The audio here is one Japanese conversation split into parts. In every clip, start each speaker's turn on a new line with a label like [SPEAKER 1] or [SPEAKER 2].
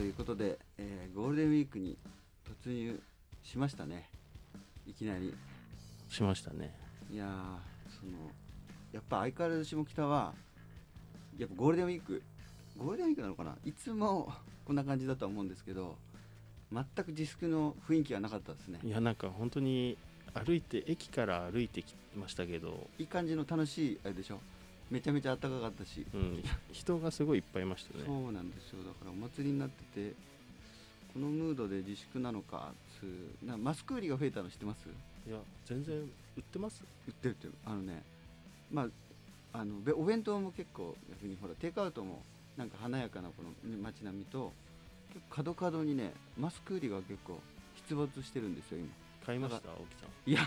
[SPEAKER 1] いうことで、えーゴールデンウィークに突入しましたねいきなり
[SPEAKER 2] しましたね
[SPEAKER 1] いやーそのやっぱ相変わらず下北はやっぱゴールデンウィークゴールデンウィークなのかないつもこんな感じだとは思うんですけど全く自粛の雰囲気はなかったですね
[SPEAKER 2] いやなんか本当に歩いて駅から歩いてきましたけど、
[SPEAKER 1] いい感じの楽しいあれでしょめちゃめちゃ暖かかったし、
[SPEAKER 2] うん、人がすごいいっぱいいましたね
[SPEAKER 1] そうなんですよだからお祭りになっててこのムードで自粛なのかつうなマスク売りが増えたの知ってます
[SPEAKER 2] いや全然売ってます
[SPEAKER 1] 売ってる売ってるあのねまああのべお弁当も結構逆にほらテイクアウトもなんか華やかなこの街並みと結構角角にねマスク売りが結構出没してるんですよ今
[SPEAKER 2] 買いました青木さん
[SPEAKER 1] いや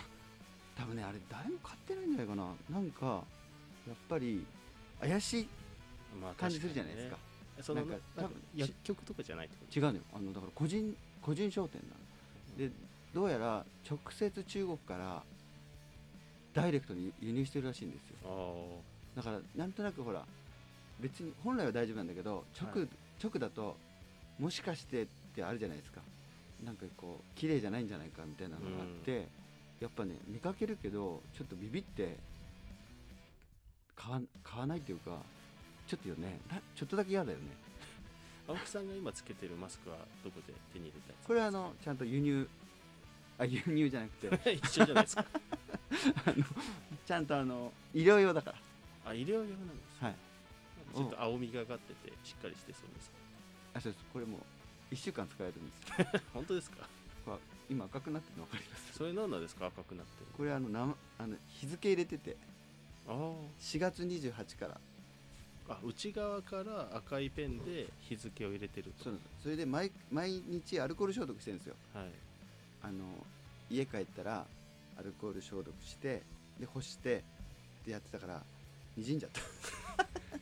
[SPEAKER 1] 多分ねあれ誰も買ってないんじゃないかななんかやっぱり怪しい
[SPEAKER 2] まあ
[SPEAKER 1] 感じするじゃないですか
[SPEAKER 2] 確にねその
[SPEAKER 1] な
[SPEAKER 2] な
[SPEAKER 1] か
[SPEAKER 2] んんか
[SPEAKER 1] 多分
[SPEAKER 2] 薬局とかじゃないってこと
[SPEAKER 1] 違うのよあのだから個人個人商店なのでどうやら直接中国からダイレクトに輸入してるらしいんですよ
[SPEAKER 2] あ
[SPEAKER 1] だ
[SPEAKER 2] ー
[SPEAKER 1] からなんとなくほら別に本来は大丈夫なんだけど直,、
[SPEAKER 2] はい
[SPEAKER 1] 直だともしかしてってあるじゃないですかなんかこう綺麗じゃないんじゃないかみたいなのがあって、やっぱね見かけるけどちょっとビビって買わ買わないっていうかちょっとよねなちょっとだけ嫌だよね
[SPEAKER 2] 青木さんが今つけてるマスクはどこで手に入れ
[SPEAKER 1] これはあのちゃんと輸入あ輸入じゃなく て
[SPEAKER 2] たやつ一緒じゃないです か
[SPEAKER 1] ちゃんとあの医療用だか
[SPEAKER 2] あ医療用なんです
[SPEAKER 1] らはい
[SPEAKER 2] ちょっと青みがかっててしっかりしてそうです
[SPEAKER 1] あそうですこれもう1週間使えるん です
[SPEAKER 2] 本当ですか
[SPEAKER 1] これ今赤くなってるの分かります
[SPEAKER 2] それ何なんですか赤くなってる
[SPEAKER 1] これあのなあの日付入れてて
[SPEAKER 2] あー
[SPEAKER 1] 4月28から
[SPEAKER 2] あ内側から赤いペンで日付を入れてると
[SPEAKER 1] そうなんですそれで毎毎日アルコール消毒してるんですよ
[SPEAKER 2] はい、
[SPEAKER 1] あの家帰ったらアルコール消毒してで干してでやってたからにじんじゃった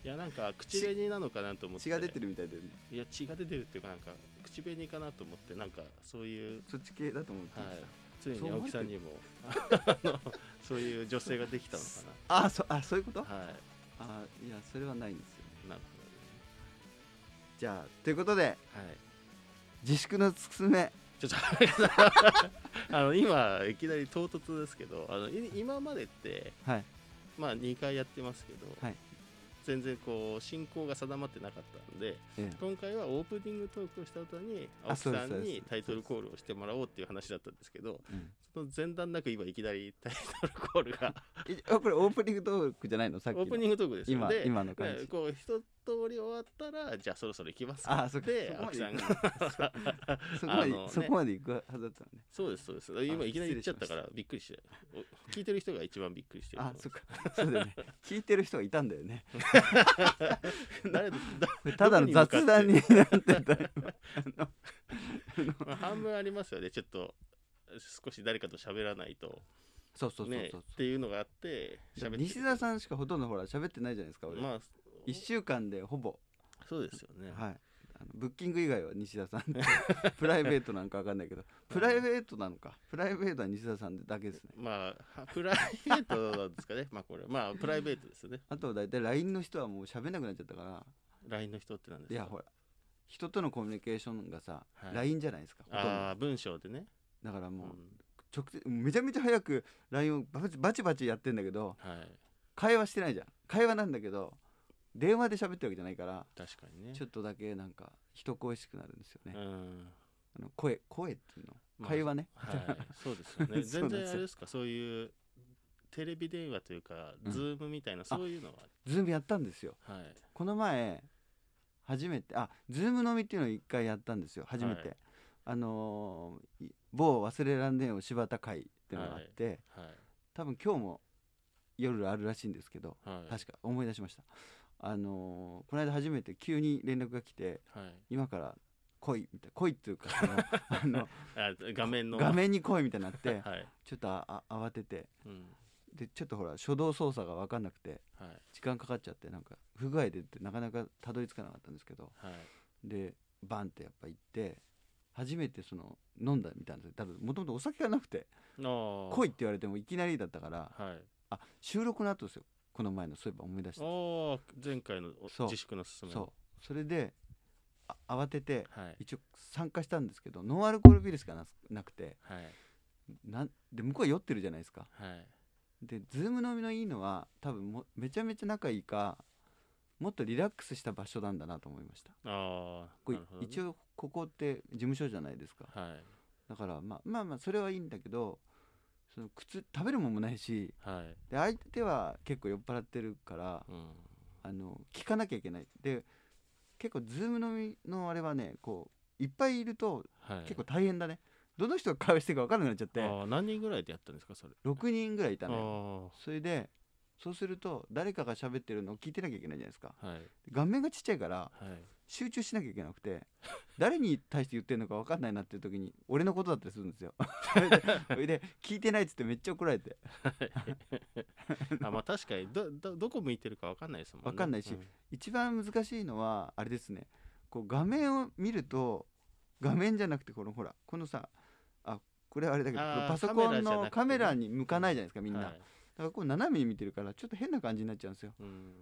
[SPEAKER 2] いやなんか口紅なのかなと思って
[SPEAKER 1] 血が出てるみたいで
[SPEAKER 2] いや血が出てるっていうかなんか口紅かなと思ってなんかそういう
[SPEAKER 1] そっち系だと思って
[SPEAKER 2] は
[SPEAKER 1] まし
[SPEAKER 2] い
[SPEAKER 1] た、
[SPEAKER 2] 常に
[SPEAKER 1] そう
[SPEAKER 2] 青
[SPEAKER 1] 思っ
[SPEAKER 2] 木
[SPEAKER 1] て
[SPEAKER 2] さんにもあのそういう女性ができたのか
[SPEAKER 1] あそあそういうこと、
[SPEAKER 2] なはい
[SPEAKER 1] あいやそれはないんですよ
[SPEAKER 2] なる
[SPEAKER 1] じゃあということで
[SPEAKER 2] ほどねはい
[SPEAKER 1] 自粛のつくすめ
[SPEAKER 2] ちょっと待ってくださいあの今いきなり唐突ですけどあのい今までって
[SPEAKER 1] はい
[SPEAKER 2] まあ2回やってますけど、
[SPEAKER 1] はい
[SPEAKER 2] 全然こう進行が定まってなかったんで
[SPEAKER 1] え
[SPEAKER 2] 今回はオープニングトークをした後に
[SPEAKER 1] あ
[SPEAKER 2] 青木さ
[SPEAKER 1] そうですそうんです
[SPEAKER 2] にタイトルコールをしてもらおうっていう話だったんですけど
[SPEAKER 1] えうん
[SPEAKER 2] その前段なく今いきなりタイトルコー ルが
[SPEAKER 1] えあこれオープニングトークじゃないのさっきの
[SPEAKER 2] オープニングトークですよ
[SPEAKER 1] 今
[SPEAKER 2] で
[SPEAKER 1] 今の感
[SPEAKER 2] ね
[SPEAKER 1] じ
[SPEAKER 2] こう一通り終わったらじゃあそろそろ行きますか
[SPEAKER 1] あそっか
[SPEAKER 2] で
[SPEAKER 1] そこ
[SPEAKER 2] 青
[SPEAKER 1] ま
[SPEAKER 2] 木
[SPEAKER 1] で
[SPEAKER 2] さんが
[SPEAKER 1] そこまで、
[SPEAKER 2] あのね
[SPEAKER 1] そこまで行くはずだったのね
[SPEAKER 2] そうですそうです今いきなり言っちゃったから
[SPEAKER 1] 失
[SPEAKER 2] びっくりしてお聞いてる人が一番びっくりしてると
[SPEAKER 1] あ
[SPEAKER 2] 思う
[SPEAKER 1] そっかそうだよね聞いてる人がいたんだよね
[SPEAKER 2] 誰だ
[SPEAKER 1] これただの雑談になってた よ
[SPEAKER 2] まあ半分ありますよねちょっと少し誰かと喋らないと
[SPEAKER 1] そうそうそう
[SPEAKER 2] ね
[SPEAKER 1] そう
[SPEAKER 2] っていうのがあって
[SPEAKER 1] だから
[SPEAKER 2] 喋って
[SPEAKER 1] 西澤さんしかほとんどほら喋ってないじゃないですか俺、
[SPEAKER 2] まあ
[SPEAKER 1] 一1週間でほぼ、
[SPEAKER 2] そうですよね
[SPEAKER 1] はい、あのブッキング以外は西田さん プライベートなんかわかんないけどプライベートなのかプライベートは西田さんだけですね
[SPEAKER 2] まあはプライベートなんですかね まあこれまあプライベートですよね
[SPEAKER 1] あと大体 LINE の人はもう喋んなくなっちゃったから
[SPEAKER 2] LINE の人ってなんです
[SPEAKER 1] い
[SPEAKER 2] か
[SPEAKER 1] やほら人とのコミュニケーションがさ、
[SPEAKER 2] はい
[SPEAKER 1] LINE じゃないですかほとんど
[SPEAKER 2] ああ文章でね
[SPEAKER 1] だから
[SPEAKER 2] う
[SPEAKER 1] もう、
[SPEAKER 2] ん
[SPEAKER 1] 直接めちゃめちゃ早く LINE をバチバチバチやってんだけど
[SPEAKER 2] はい
[SPEAKER 1] 会話してないじゃん会話なんだけど電話で喋ってるわけじゃないから
[SPEAKER 2] 確かにね
[SPEAKER 1] ちょっとだけなんか人恋しくなるんですよね、
[SPEAKER 2] うん
[SPEAKER 1] あの声声っていうの、
[SPEAKER 2] まあ
[SPEAKER 1] 会話ね、
[SPEAKER 2] はいそうで すよね
[SPEAKER 1] そうなん
[SPEAKER 2] 全
[SPEAKER 1] ですよ
[SPEAKER 2] 然あれですかそういうテレビ電話というか、
[SPEAKER 1] うん
[SPEAKER 2] ズームみたいなそういうのは
[SPEAKER 1] ズームやったんですよ
[SPEAKER 2] はい
[SPEAKER 1] この前初めてあズームのみっていうのを一回やったんですよ初めて、
[SPEAKER 2] はい
[SPEAKER 1] あのーい某忘れらんねえよ柴田会っていうのがあって、
[SPEAKER 2] はい
[SPEAKER 1] 多分今日も夜あるらしいんですけど
[SPEAKER 2] はい
[SPEAKER 1] 確か思い出しましたあのーこの間初めて急に連絡が来て
[SPEAKER 2] はい
[SPEAKER 1] 今から来いみたいな来いっていうかあの
[SPEAKER 2] あ画面
[SPEAKER 1] あ
[SPEAKER 2] の
[SPEAKER 1] の画面に来いみたいになって
[SPEAKER 2] はい、
[SPEAKER 1] ちょっとああ慌てて
[SPEAKER 2] うん
[SPEAKER 1] でちょっとほら初動操作が分かんなくて
[SPEAKER 2] はい
[SPEAKER 1] 時間かかっちゃってなんか不具合でってなかなかたどり着かなかったんですけど
[SPEAKER 2] はい
[SPEAKER 1] でバンってやっぱ行って初めてその飲んだみたいなんですよ多分もともとお酒がなくて「来
[SPEAKER 2] 来
[SPEAKER 1] い」って言われてもいきなりだったから
[SPEAKER 2] はい
[SPEAKER 1] あ収録の後ですよこの前のそういえば思い出した
[SPEAKER 2] ああ前回のお
[SPEAKER 1] そう
[SPEAKER 2] 自粛の勧め
[SPEAKER 1] そうそれであ慌てて
[SPEAKER 2] はい
[SPEAKER 1] 一応参加したんですけどノンアルコールビールしかななくて
[SPEAKER 2] はい
[SPEAKER 1] なんで向こうは酔ってるじゃないですか
[SPEAKER 2] はい
[SPEAKER 1] でズーム飲みのいいのは多分もめちゃめちゃ仲いいかもっとリラックスした場所なんだなと思いました
[SPEAKER 2] ああ
[SPEAKER 1] これ
[SPEAKER 2] なるほどね
[SPEAKER 1] 一応ここって事務所じゃないですか
[SPEAKER 2] はい
[SPEAKER 1] だからまあまあまあそれはいいんだけどその靴食べるもんもないし
[SPEAKER 2] はい
[SPEAKER 1] で相手は結構酔っ払ってるから
[SPEAKER 2] うん
[SPEAKER 1] あの聞かなきゃいけないで結構ズーム飲みのあれはねこういっぱいいると
[SPEAKER 2] はい
[SPEAKER 1] 結構大変だね、どの人が会話してるか分からなくなっちゃって
[SPEAKER 2] ああ何人ぐらいでやったんですかそれ
[SPEAKER 1] 6人ぐらいいた
[SPEAKER 2] あ
[SPEAKER 1] のよ
[SPEAKER 2] あ
[SPEAKER 1] それでそうすると誰かが喋ってるのを聞いてなきゃいけないじゃないですか
[SPEAKER 2] はい
[SPEAKER 1] 画面がちっちゃいから
[SPEAKER 2] はい
[SPEAKER 1] 集中しなきゃいけなくて誰に対して言ってるのか分かんないなっていう時に俺のことだったりするんですよ それでそれで聞いてないっつってめっちゃ怒られて
[SPEAKER 2] あまあ確かにどどどこ向いてるかわかんないですもんね
[SPEAKER 1] わかんないし一番難しいのはあれですねこう画面を見ると画面じゃなくてこのほらこのさあこれはあれだけど
[SPEAKER 2] あー
[SPEAKER 1] このパソコンのカ
[SPEAKER 2] カ
[SPEAKER 1] メ
[SPEAKER 2] メラじ
[SPEAKER 1] ラに
[SPEAKER 2] ゃなくてね
[SPEAKER 1] 向かないじゃないですかみんな、
[SPEAKER 2] は
[SPEAKER 1] だ
[SPEAKER 2] い
[SPEAKER 1] からこう斜めに見てるからちょっと変な感じになっちゃうんですよ
[SPEAKER 2] うん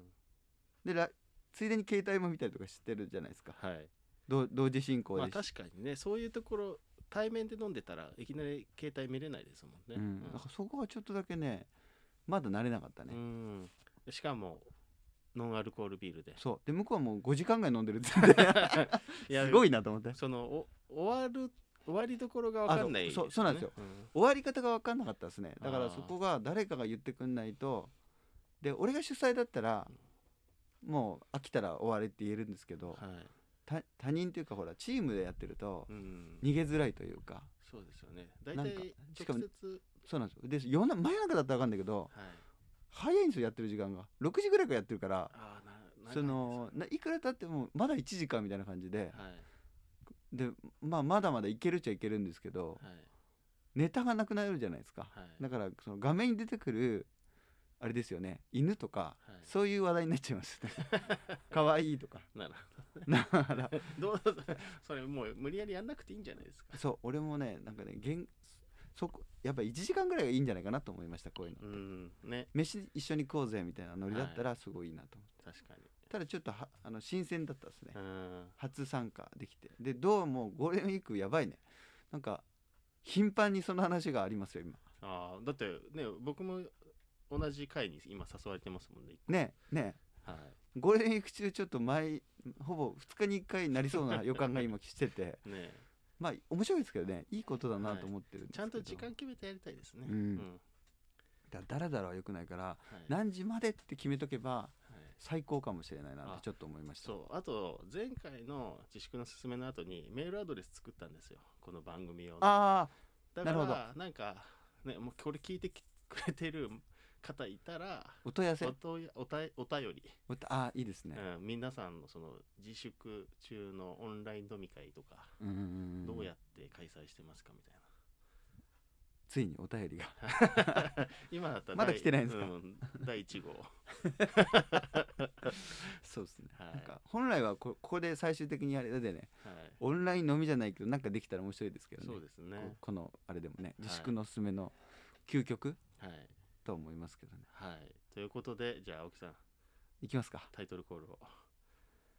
[SPEAKER 1] でらついでに携帯も見たりとかしてるじゃないですか
[SPEAKER 2] はい
[SPEAKER 1] 同同時進行
[SPEAKER 2] まあ
[SPEAKER 1] でし、
[SPEAKER 2] 確かにねそういうところ対面で飲んでたらいきなり携帯見れないですもんね、
[SPEAKER 1] うん、だからそこがちょっとだけねまだ慣れなかったね、
[SPEAKER 2] うんしかもノンアルコールビール で
[SPEAKER 1] そうで向こうはもう5時間ぐらい飲んでるっつって すご
[SPEAKER 2] い
[SPEAKER 1] いなと思って
[SPEAKER 2] やそのお終わる終わりどころがわかんない、
[SPEAKER 1] あそうそうそうなんですよ、終わり方が分かんなかったですねだからそこが誰かが言ってくんないとで俺が主催だったらもう飽きたら終われって言えるんですけど
[SPEAKER 2] うんはい
[SPEAKER 1] た他人というかほらチームでやってると
[SPEAKER 2] うん、
[SPEAKER 1] 逃げづらいというか
[SPEAKER 2] そうですよね大
[SPEAKER 1] なん
[SPEAKER 2] 体
[SPEAKER 1] かしか
[SPEAKER 2] 直
[SPEAKER 1] も
[SPEAKER 2] 接
[SPEAKER 1] そうなんですよで夜な真夜中だったら分かんないけど
[SPEAKER 2] はい
[SPEAKER 1] 早いんですよやってる時間が6時ぐらいからやってるから
[SPEAKER 2] ああな長いですね
[SPEAKER 1] そのないくら経ってもまだ1時間みたいな感じで
[SPEAKER 2] はい
[SPEAKER 1] で、まあ、まだまだいけるっちゃいけるんですけど
[SPEAKER 2] はい
[SPEAKER 1] ネタがなくなるじゃないですか
[SPEAKER 2] はい
[SPEAKER 1] だからその画面に出てくるあれですよね犬とか
[SPEAKER 2] はい
[SPEAKER 1] そういう話題になっちゃいますね 可愛いとか
[SPEAKER 2] なる
[SPEAKER 1] だから
[SPEAKER 2] ほど どうそれもう無理やりやんなくていいんじゃないですか
[SPEAKER 1] そう俺もねなんかね現そこやっぱ1時間ぐらいがいいんじゃないかなと思いましたこういうの、
[SPEAKER 2] うんね
[SPEAKER 1] 飯一緒に行こうぜみたいなノリだったらすごいいいなと思って、
[SPEAKER 2] 確かに
[SPEAKER 1] ただちょっとはあの新鮮だったですね、
[SPEAKER 2] うん
[SPEAKER 1] 初参加できてでどうもゴールデンウィークやばいねなんか頻繁にその話がありますよ今
[SPEAKER 2] ああだってね僕も同じ回に今誘われてますもんね、
[SPEAKER 1] ねえねえ
[SPEAKER 2] はい、
[SPEAKER 1] ゴールデンウィーク中ちょっと毎ほぼ2日に1回になりそうな予感が今してて
[SPEAKER 2] ねえ
[SPEAKER 1] まあ面白いですけどねいいことだなと思ってるんですけ
[SPEAKER 2] ち
[SPEAKER 1] ど、
[SPEAKER 2] ゃんと時間決めてやりたいですね
[SPEAKER 1] うんだだらだらは良くないから
[SPEAKER 2] はい
[SPEAKER 1] 何時までって決めとけば
[SPEAKER 2] はい
[SPEAKER 1] 最高かもしれないなって
[SPEAKER 2] あ
[SPEAKER 1] ちょっと思いました
[SPEAKER 2] そうあと前回の自粛の勧めの後にメールアドレス作ったんですよこの番組用の
[SPEAKER 1] あ
[SPEAKER 2] だか
[SPEAKER 1] なるほ
[SPEAKER 2] らなんか、ね、もうこれ聞いてきくれてる方いたら
[SPEAKER 1] あお問い合わせ
[SPEAKER 2] おとやおたお便り、
[SPEAKER 1] おたああいいですね、
[SPEAKER 2] うん、皆さんのその自粛中のオンライン飲み会とか
[SPEAKER 1] うんうんうんん
[SPEAKER 2] どうやって開催してますかみたいな
[SPEAKER 1] ついにお便りが
[SPEAKER 2] 今だったら
[SPEAKER 1] まだ
[SPEAKER 2] 第
[SPEAKER 1] 来てないんですか
[SPEAKER 2] うん第1号
[SPEAKER 1] そうですね、
[SPEAKER 2] は い
[SPEAKER 1] なんか本来はこここで最終的にあれでね
[SPEAKER 2] はい
[SPEAKER 1] オンライン飲みじゃないけどなんかできたら面白いですけどね
[SPEAKER 2] そうですね
[SPEAKER 1] ここのあれでもね
[SPEAKER 2] い
[SPEAKER 1] 自粛のおすすめの究極
[SPEAKER 2] はい
[SPEAKER 1] とは思いますけどね
[SPEAKER 2] はいということでじゃあ青木さん
[SPEAKER 1] いきますか
[SPEAKER 2] タイトルコールを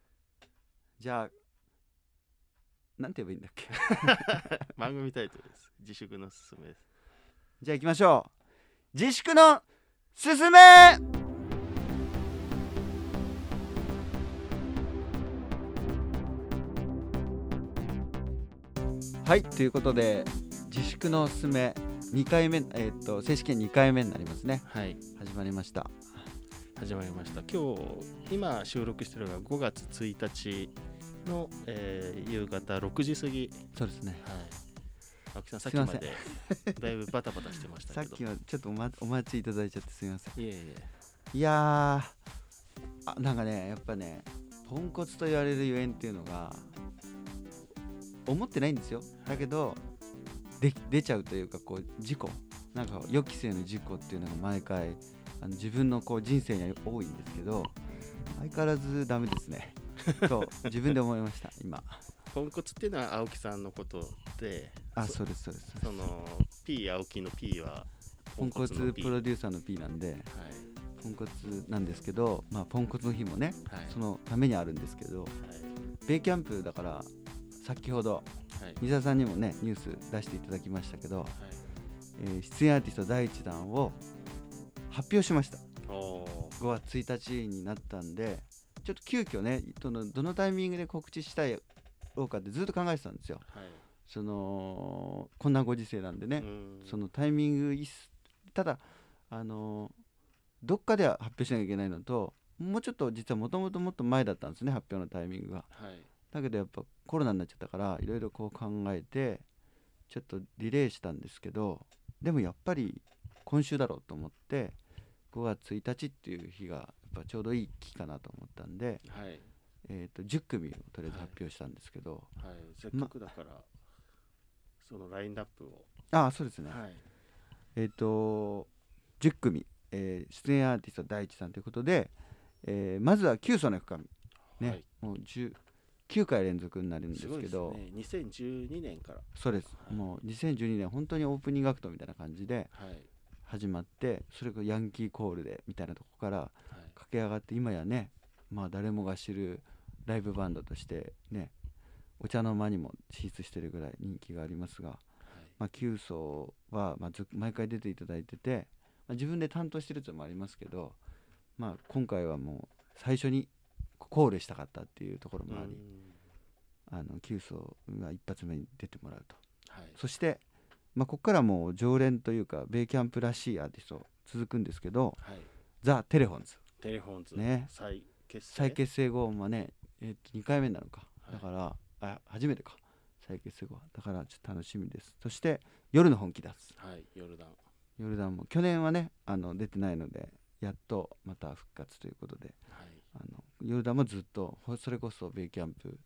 [SPEAKER 1] じゃあなんて言えばいいんだっけ
[SPEAKER 2] 番組タイトルです自粛のすすめです
[SPEAKER 1] じゃあ行きましょう自粛のすすめはいということで自粛のおすすめ2回目、えー、と正式に2回目になりますね
[SPEAKER 2] はい
[SPEAKER 1] 始まりました
[SPEAKER 2] 始まりました今日今収録してるのが5月1日の、えー夕方6時過ぎ
[SPEAKER 1] そうですね
[SPEAKER 2] はい青木さんさ
[SPEAKER 1] す
[SPEAKER 2] っき
[SPEAKER 1] いま
[SPEAKER 2] ま
[SPEAKER 1] せん
[SPEAKER 2] でだいぶバタバタしてました
[SPEAKER 1] さっ
[SPEAKER 2] けど
[SPEAKER 1] きはちょっとお,、ま、お待ちいただいちゃってすみません
[SPEAKER 2] いえいえ
[SPEAKER 1] いやーあなんかねやっぱねポンコツと言われるゆえんっていうのが思ってないんですよだけどで出ちゃうというかこう事故なんか予期せぬ事故っていうのが毎回あの自分のこう人生には多いんですけど相変わらずダメです ねと自分で思いました今
[SPEAKER 2] ポンコツっていうのは青木さんのことで
[SPEAKER 1] あ
[SPEAKER 2] そ
[SPEAKER 1] そうですそうです
[SPEAKER 2] その P 青木の P は
[SPEAKER 1] ポンコツ
[SPEAKER 2] の P
[SPEAKER 1] プロデューサーの P なんで
[SPEAKER 2] はい
[SPEAKER 1] ポンコツなんですけどまあポンコツの日もね
[SPEAKER 2] はい
[SPEAKER 1] そのためにあるんですけど
[SPEAKER 2] はい
[SPEAKER 1] ベイキャンプだから先ほど
[SPEAKER 2] はい
[SPEAKER 1] 三沢さんにもねニュース出していただきましたけど、
[SPEAKER 2] はい
[SPEAKER 1] えー出演アーティスト第1弾を発表しました
[SPEAKER 2] おー
[SPEAKER 1] 5月1日になったんでちょっと急遽ねどのどのタイミングで告知したいろうかってずっと考えてたんですよ
[SPEAKER 2] はい
[SPEAKER 1] そのこんなご時世なんでね
[SPEAKER 2] う、ん
[SPEAKER 1] そのタイミングいっすただあのどっかでは発表しなきゃいけないのともうちょっと実はもともともっと前だったんですね発表のタイミングが
[SPEAKER 2] はい
[SPEAKER 1] だけどやっぱコロナになっちゃったからいろいろこう考えてちょっとリレーしたんですけどでもやっぱり今週だろうと思って5月1日っていう日がやっぱちょうどいい期かなと思ったんで、
[SPEAKER 2] はい
[SPEAKER 1] えー、と10組をとりあえず発表したんですけど、
[SPEAKER 2] はいせっかくだから、そのラインナップを
[SPEAKER 1] ああそうですね、
[SPEAKER 2] はい
[SPEAKER 1] えっ、と10組、えー出演アーティスト第一さんということで、えーまずは「九層の深み」ね、
[SPEAKER 2] はい
[SPEAKER 1] もう19回連続になるんです
[SPEAKER 2] すごい
[SPEAKER 1] け
[SPEAKER 2] です
[SPEAKER 1] ど
[SPEAKER 2] ね2012年から
[SPEAKER 1] そうです、
[SPEAKER 2] はい
[SPEAKER 1] もう2012年本当にオープニングアクトみたいな感じで
[SPEAKER 2] はい
[SPEAKER 1] 始まってそれがヤンキーコールでみたいなとこから
[SPEAKER 2] はい
[SPEAKER 1] 駆け上がって今やねまあ誰もが知るライブバンドとしてねお茶の間にも進出してるぐらい人気がありますが、
[SPEAKER 2] はい
[SPEAKER 1] まあ、9層は、まあ、ず毎回出ていただいてて、まあ、自分で担当してるっていうのもありますけど、まあ、今回はもう最初にコールしたかったっていうところもあり、
[SPEAKER 2] うん
[SPEAKER 1] あの9層が一発目に出てもらうと。
[SPEAKER 2] はい
[SPEAKER 1] そして、まあ、ここからもう常連というかベイキャンプらしいアーティスト続くんですけど
[SPEAKER 2] はい
[SPEAKER 1] ザ・テレフォンズ
[SPEAKER 2] テレフォンズ
[SPEAKER 1] ね
[SPEAKER 2] 再結成
[SPEAKER 1] 再結成後もね、えっと2回目なのか、
[SPEAKER 2] はい
[SPEAKER 1] だからあ初めてか再結成後はだからちょっと楽しみですそして夜の本気だ
[SPEAKER 2] はいヨルダン
[SPEAKER 1] 夜だも去年はねあの出てないのでやっとまた復活ということで
[SPEAKER 2] はい
[SPEAKER 1] あのヨルダンもずっとほそれこそベイキャンプ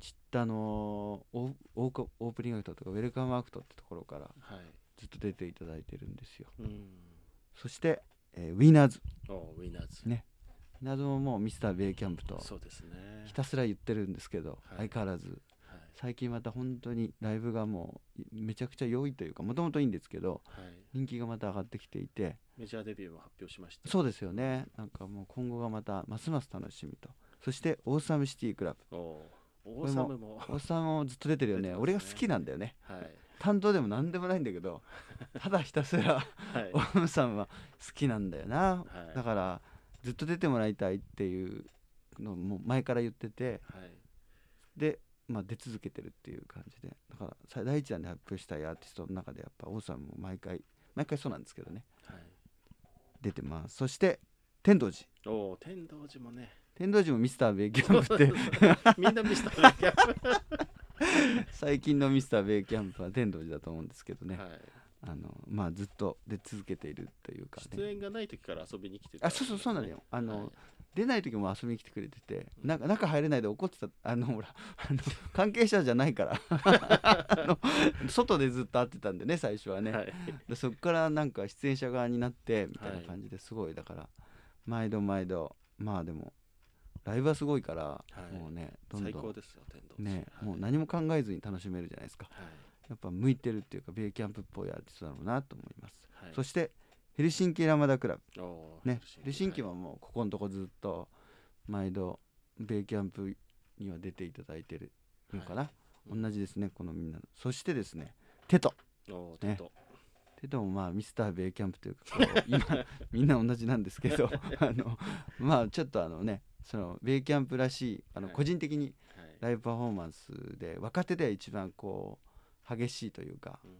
[SPEAKER 1] ちったのオーオークオープニングアクトとかウェルカムアクトってところから
[SPEAKER 2] はい
[SPEAKER 1] ずっと出ていただいてるんですよ
[SPEAKER 2] うん
[SPEAKER 1] そして、えーウィナーズ
[SPEAKER 2] おウィナーズ
[SPEAKER 1] ねウィナーズももうミスターベイキャンプと
[SPEAKER 2] そうですね
[SPEAKER 1] ひたすら言ってるんですけど、
[SPEAKER 2] はい
[SPEAKER 1] 相変わらず
[SPEAKER 2] は
[SPEAKER 1] 最近また本当にライブがもういめちゃくちゃ良いというかもともといいんですけど
[SPEAKER 2] いはい
[SPEAKER 1] 人気がまた上がってきていて
[SPEAKER 2] メジャーデビューも発表しました
[SPEAKER 1] そうですよねなんかもう今後がまたますます楽しみとそしてオーサムシティクラブ
[SPEAKER 2] おオ
[SPEAKER 1] れも
[SPEAKER 2] ーサムも
[SPEAKER 1] オーサムもずっと出てるよね
[SPEAKER 2] 出てますね
[SPEAKER 1] 俺が好きなんだよね
[SPEAKER 2] はい
[SPEAKER 1] 担当でも何でもないんだけ どただひたすら
[SPEAKER 2] はい
[SPEAKER 1] オーサムは好きなんだよな
[SPEAKER 2] はい
[SPEAKER 1] だからずっと出てもらいたいっていうのも前から言ってて
[SPEAKER 2] はい
[SPEAKER 1] で、まあ、出続けてるっていう感じでだからさ第一弾で発表したいアーティストの中でやっぱ王さんも毎回毎回そうなんですけどね
[SPEAKER 2] はい
[SPEAKER 1] 出てますそして天童寺
[SPEAKER 2] おお天童寺もね
[SPEAKER 1] 天童寺もミスターベイキャンプ って
[SPEAKER 2] みんな見せたからやっぱ
[SPEAKER 1] 最近のミスターベイキャンプは天童寺だと思うんですけどね、
[SPEAKER 2] はい
[SPEAKER 1] あのまあずっと出続けているというか
[SPEAKER 2] 出
[SPEAKER 1] ね
[SPEAKER 2] 演がない時から遊びに来てた
[SPEAKER 1] あそうそうそうなのよあの、
[SPEAKER 2] はい
[SPEAKER 1] 出ない時も遊びに来てくれてて
[SPEAKER 2] うん
[SPEAKER 1] なんか中入れないで怒ってたあのほら あの関係者じゃないから あの外でずっと会ってたんでね最初はね、
[SPEAKER 2] はい
[SPEAKER 1] でそこからなんか出演者側になってみたいな感じですごいだから、毎度毎度まあでもライブはすごいから、
[SPEAKER 2] い
[SPEAKER 1] もうねどんど
[SPEAKER 2] 最
[SPEAKER 1] ん
[SPEAKER 2] 高ですよ天童寺
[SPEAKER 1] ね、
[SPEAKER 2] はい
[SPEAKER 1] もう何も考えずに楽しめるじゃないですか
[SPEAKER 2] はい
[SPEAKER 1] やっぱ向いてるっていうかベイキャンプっぽいアーティストだろうなと思います、
[SPEAKER 2] はい
[SPEAKER 1] そしてヘルシンキラマダクラブ
[SPEAKER 2] おー
[SPEAKER 1] ねヘルシンキ
[SPEAKER 2] は
[SPEAKER 1] はもうここのとこずっと毎度ベイキャンプには出ていただいてるのかな、
[SPEAKER 2] うん
[SPEAKER 1] 同じですねこのみんなのそしてですねテト
[SPEAKER 2] いおー
[SPEAKER 1] ね
[SPEAKER 2] 天童
[SPEAKER 1] けどもまあミスターベイキャンプというかこう今 みんな同じなんですけどあのまあちょっとあのねそのベイキャンプらしいあの
[SPEAKER 2] はい
[SPEAKER 1] 個人的に
[SPEAKER 2] はい
[SPEAKER 1] ライブパフォーマンスで若手では一番こう激しいというか
[SPEAKER 2] うん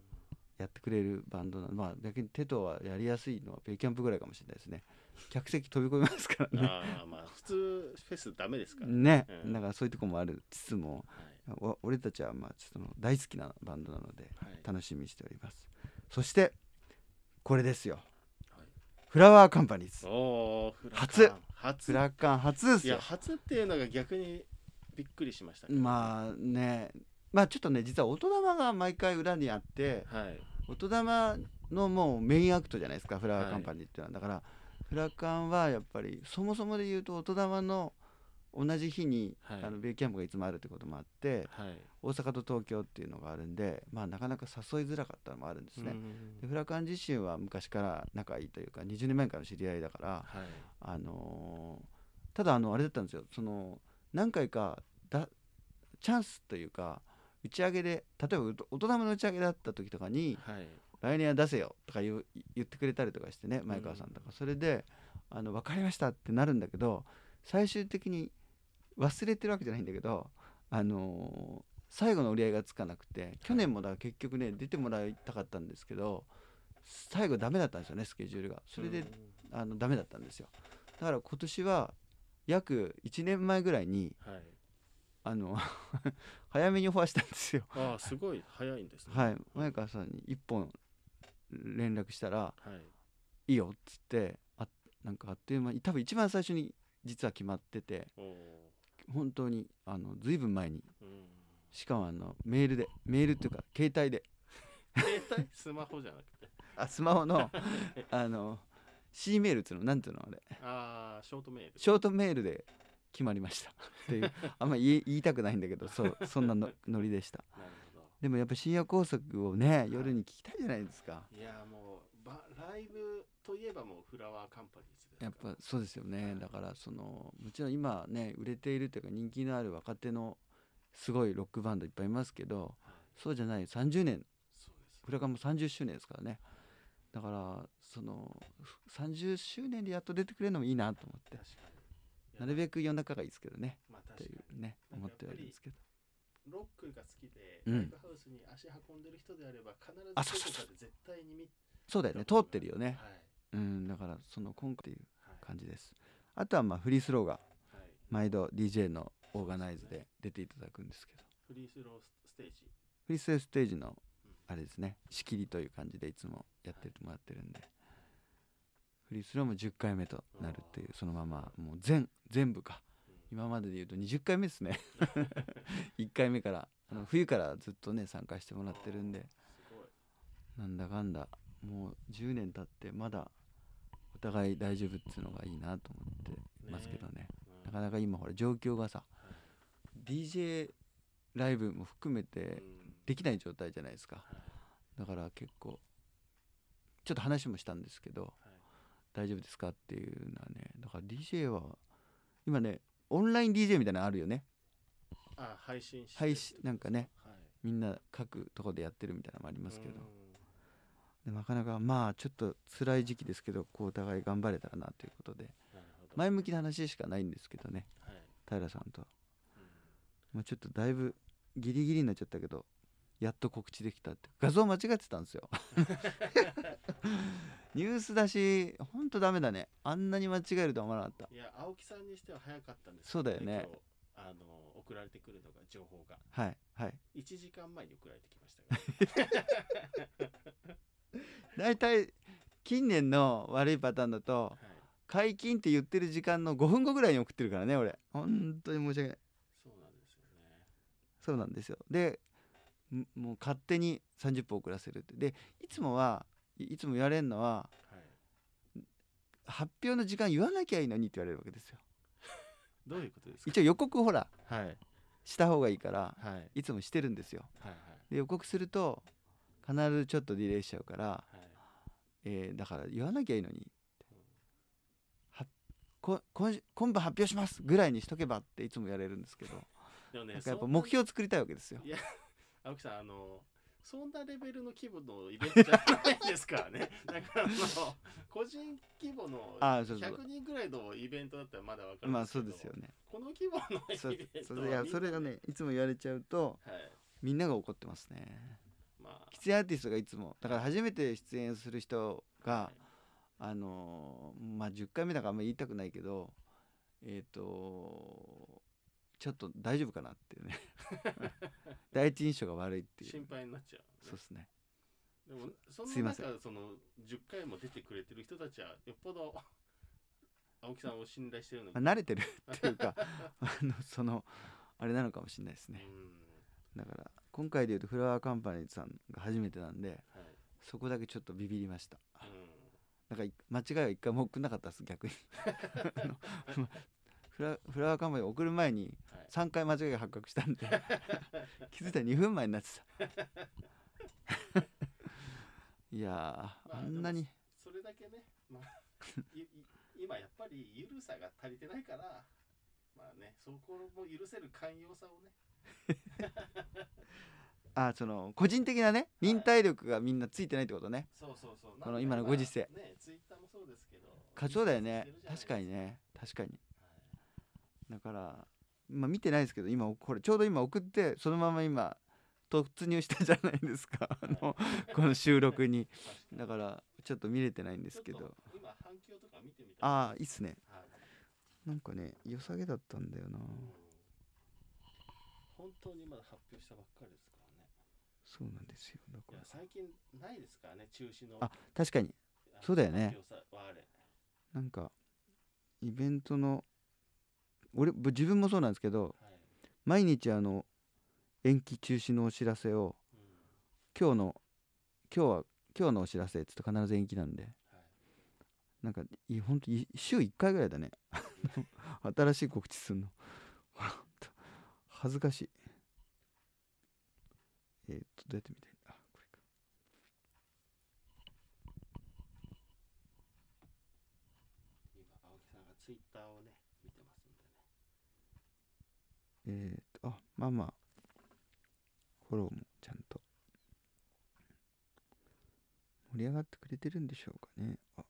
[SPEAKER 1] やってくれるバンドなまあ逆にテトはやりやすいのはベイキャンプぐらいかもしれないですね客席飛び込みますからね
[SPEAKER 2] ああまあ普通フェスダメですから
[SPEAKER 1] ね、
[SPEAKER 2] ねうん
[SPEAKER 1] だからそういうとこもあるつつもお俺たちはまあその大好きなバンドなので
[SPEAKER 2] はいはい
[SPEAKER 1] 楽しみにしておりますそしてこれですよ、
[SPEAKER 2] はい
[SPEAKER 1] フラワーカンパニーズ
[SPEAKER 2] おーフラカン
[SPEAKER 1] 初
[SPEAKER 2] 初
[SPEAKER 1] フラカン初です
[SPEAKER 2] い
[SPEAKER 1] よ
[SPEAKER 2] や初っていうのが逆にびっくりしましたけど
[SPEAKER 1] まあねまあちょっとね実は音玉が毎回裏にあって
[SPEAKER 2] はい
[SPEAKER 1] 音玉のもうメインアクトじゃないですかフラワーカンパニーっていうのは、だからフラカンはやっぱりそもそもで言うと音玉の同じ日に、
[SPEAKER 2] はい
[SPEAKER 1] あのベイキャンプがいつもあるってこともあって
[SPEAKER 2] はい
[SPEAKER 1] 大阪と東京っていうのがあるんでまあなかなか誘いづらかったのもあるんですね、
[SPEAKER 2] うん
[SPEAKER 1] でフラカン自身は昔から仲いいというか20年前からの知り合いだから、
[SPEAKER 2] はい
[SPEAKER 1] あのーただあのあれだったんですよその何回かだチャンスというか打ち上げで例えば大人の打ち上げだった時とかに
[SPEAKER 2] はい
[SPEAKER 1] 「来年は出せよ」とか言う言ってくれたりとかしてね前川さんとか、それであの「分かりました」ってなるんだけど最終的に忘れてるわけじゃないんだけど、あのー最後の折り合いがつかなくて去年もだから結局ね出てもらいたかったんですけど最後ダメだったんですよねスケジュールが。それで
[SPEAKER 2] うん
[SPEAKER 1] あのダメだったんですよだから今年は約1年前ぐらいに
[SPEAKER 2] はい
[SPEAKER 1] あの 早めにオファーしたんですよ
[SPEAKER 2] ああすごい早いんですね
[SPEAKER 1] はい前川さんに1本連絡したら
[SPEAKER 2] は
[SPEAKER 1] 「
[SPEAKER 2] い
[SPEAKER 1] いいよ」っつってあなんかあっという間に多分一番最初に実は決まってて
[SPEAKER 2] おお
[SPEAKER 1] 本当にあの随分前に
[SPEAKER 2] ーうん
[SPEAKER 1] しかもあのメールでメールっていうか携帯で
[SPEAKER 2] 携帯スマホじゃなくて
[SPEAKER 1] あスマホのあの C メールっつうのなんていうのあれ
[SPEAKER 2] ああショートメール
[SPEAKER 1] ショートメールで決まりましたっていうあんま言い言いたくないんだけどそうそんなのノリでした
[SPEAKER 2] なるほど
[SPEAKER 1] でもやっぱ深夜拘束をね夜に聞きたいじゃないですか
[SPEAKER 2] いやーもうばライブといえばもうフラワーカンパニーズです
[SPEAKER 1] やっ
[SPEAKER 2] から
[SPEAKER 1] ぱそうですよねだからそのもちろん今ね売れているというか人気のある若手のすごいロックバンドいっぱいいますけどそうじゃない30年
[SPEAKER 2] そうです
[SPEAKER 1] フラカンも30周年ですからねだからその30周年でやっと出てくれるのもいいなと思って
[SPEAKER 2] 確かに
[SPEAKER 1] なるべ
[SPEAKER 2] く
[SPEAKER 1] く夜中がいいですけどね
[SPEAKER 2] まあ
[SPEAKER 1] と
[SPEAKER 2] 確
[SPEAKER 1] い
[SPEAKER 2] かに
[SPEAKER 1] うね
[SPEAKER 2] なんか
[SPEAKER 1] 思
[SPEAKER 2] やっぱ
[SPEAKER 1] って
[SPEAKER 2] り
[SPEAKER 1] はいるんですけど
[SPEAKER 2] ロックが好きで
[SPEAKER 1] うん
[SPEAKER 2] ライブハウスに足運んでる人であれば必ずどこ
[SPEAKER 1] あ
[SPEAKER 2] か
[SPEAKER 1] そうそうそう
[SPEAKER 2] で絶対に見
[SPEAKER 1] そうだよね通ってるよね
[SPEAKER 2] はい
[SPEAKER 1] うん、だからその今回っていう
[SPEAKER 2] はい
[SPEAKER 1] 感じです。あとはまあフリースローが
[SPEAKER 2] はい
[SPEAKER 1] 毎度 DJ のオーガナイズで出ていただくんですけど、
[SPEAKER 2] フリースローステージ
[SPEAKER 1] フリースローステージの
[SPEAKER 2] うん
[SPEAKER 1] あれですね、仕切りという感じでいつもやってもらってるんで、フリースローも10回目となるっていう、そのままもう全、全部か。
[SPEAKER 2] うん
[SPEAKER 1] 今までで言うと20回目ですね。1回目から、あの冬からずっとね、参加してもらってるんで、
[SPEAKER 2] すごい
[SPEAKER 1] なんだかんだ、もう10年経ってまだお互い大丈夫っていうのがいいなと思ってますけどね
[SPEAKER 2] うん
[SPEAKER 1] なかなか今ほら状況がさ DJ ライブも含めて
[SPEAKER 2] うん
[SPEAKER 1] できない状態じゃないですか
[SPEAKER 2] はい
[SPEAKER 1] だから結構ちょっと話もしたんですけど
[SPEAKER 2] はい
[SPEAKER 1] 大丈夫ですかっていうのはねだから DJ は今ねオンライン DJ みたいなのあるよね
[SPEAKER 2] あ配信して
[SPEAKER 1] 配信なんかね
[SPEAKER 2] はい
[SPEAKER 1] みんな各とこでやってるみたいなのもありますけど
[SPEAKER 2] うん
[SPEAKER 1] でなかなかまあちょっと辛い時期ですけどこうお互い頑張れたらなということで
[SPEAKER 2] なるほど
[SPEAKER 1] 前向きな話しかないんですけどね
[SPEAKER 2] はい
[SPEAKER 1] 平さんとは
[SPEAKER 2] うん
[SPEAKER 1] まあ、ちょっとだいぶギリギリになっちゃったけどやっと告知できたって画像間違ってたんですよ ニュースだしほんとダメだねあんなに間違えるとは思わなかった
[SPEAKER 2] いや青木さんにしては早かったんです
[SPEAKER 1] そうだよね
[SPEAKER 2] 今日あの送られてくるのが情報が
[SPEAKER 1] はいはい
[SPEAKER 2] 1時間前に送られてきました が
[SPEAKER 1] 大体近年の悪いパターンだと
[SPEAKER 2] はい
[SPEAKER 1] 解禁って言ってる時間の5分後ぐらいに送ってるからね俺ほんとに申し訳ない
[SPEAKER 2] そうなんですよね
[SPEAKER 1] そうなんですよでんもう勝手に30分遅らせるってでいつもはいいつも言われるのは
[SPEAKER 2] はい
[SPEAKER 1] 発表の時間言わなきゃいいのにって言われるわけですよ
[SPEAKER 2] どういうことですか
[SPEAKER 1] 一応予告ほら
[SPEAKER 2] はいはい
[SPEAKER 1] した方がいいから
[SPEAKER 2] はい
[SPEAKER 1] いつもしてるんですよ
[SPEAKER 2] はい
[SPEAKER 1] で予告すると必ずちょっとディレイしちゃうから、
[SPEAKER 2] はい
[SPEAKER 1] えーだから言わなきゃいいのにはこ今週今晩発表しますぐらいにしとけばっていつもやれるんですけど
[SPEAKER 2] でもね
[SPEAKER 1] なんかやっぱ
[SPEAKER 2] そんな
[SPEAKER 1] 目標を作りたいわけですよ
[SPEAKER 2] いや青木さんあのそんなレベルの規模のイベントじゃないですか らねだからあの個人規模の
[SPEAKER 1] あーそうそう
[SPEAKER 2] 100人ぐらいのイベントだったらまだわかるん
[SPEAKER 1] まあ
[SPEAKER 2] け
[SPEAKER 1] そ
[SPEAKER 2] ど
[SPEAKER 1] うですよ ね
[SPEAKER 2] この規模の
[SPEAKER 1] そう
[SPEAKER 2] イベント
[SPEAKER 1] そ
[SPEAKER 2] は
[SPEAKER 1] ういやそれがねいつも言われちゃうと
[SPEAKER 2] はい
[SPEAKER 1] みんなが怒ってますね
[SPEAKER 2] まあ
[SPEAKER 1] 出演アーティストがいつもだから初めて出演する人が
[SPEAKER 2] はい
[SPEAKER 1] あのーまあ10回目だからあんまり言いたくないけどえっ、とちょっと大丈夫かなっていうね 第一印象が悪いっていう
[SPEAKER 2] 心配になっちゃうね、
[SPEAKER 1] そうですね
[SPEAKER 2] でもそ
[SPEAKER 1] すい
[SPEAKER 2] の
[SPEAKER 1] ませ
[SPEAKER 2] 中
[SPEAKER 1] ん
[SPEAKER 2] その10回も出てくれてる人たちはよっぽど青木さんを信頼してるの
[SPEAKER 1] ま
[SPEAKER 2] か
[SPEAKER 1] あ、慣れて るっていうかあのそのあれなのかもしれないです
[SPEAKER 2] うん
[SPEAKER 1] ねだから今回でいうとフラワーカンパニーさんが初めてなんで
[SPEAKER 2] はい
[SPEAKER 1] そこだけちょっとビビりました
[SPEAKER 2] うん
[SPEAKER 1] なんかい間違いは一回も送んなかったです 逆にあのフラフラワーカンパニー送る前に
[SPEAKER 2] はい
[SPEAKER 1] 3回間違いが発覚したん で気づいたら2分前になってた いやー
[SPEAKER 2] あ
[SPEAKER 1] あんなに
[SPEAKER 2] それだけね、まあ、いい今やっぱり緩さが足りてないからまあねそこも許せる寛容さをね
[SPEAKER 1] あその個人的なね忍耐力がみんなついてないってことね
[SPEAKER 2] そうそうそう
[SPEAKER 1] この今のご時世
[SPEAKER 2] ねツイッターもそうですけど
[SPEAKER 1] 課長だよね確かにね確かにだからまあ見てないですけど今これちょうど今送ってそのまま今突入したじゃないですか あのこの収録にだからちょっと見れてないんですけど
[SPEAKER 2] 今反響とか見てみた
[SPEAKER 1] ああいいっすね
[SPEAKER 2] はい
[SPEAKER 1] なんかね良さげだったんだよな
[SPEAKER 2] 本当にまだ発表したばっかりですからね
[SPEAKER 1] そうなんですよだ
[SPEAKER 2] い
[SPEAKER 1] か
[SPEAKER 2] や
[SPEAKER 1] ら
[SPEAKER 2] 最近ないですからね中止の
[SPEAKER 1] あ確かに
[SPEAKER 2] あの
[SPEAKER 1] そうだよね
[SPEAKER 2] 発表さはあれ
[SPEAKER 1] なんかイベントの俺ぶ自分もそうなんですけど
[SPEAKER 2] はい
[SPEAKER 1] 毎日あの延期中止のお知らせを
[SPEAKER 2] うん
[SPEAKER 1] 今日の今日は今日のお知らせっつって必ず延期なんで
[SPEAKER 2] はい
[SPEAKER 1] なんかいほんとい週1回ぐらいだね 新しい告知すんのほらほんと恥ずかしいえー、っとどうやって見てあこれか
[SPEAKER 2] 今青木さんがツイッターをね見てますんでね
[SPEAKER 1] えー、っとあまあまあフォローもちゃんと盛り上がってくれてるんでしょうかねあ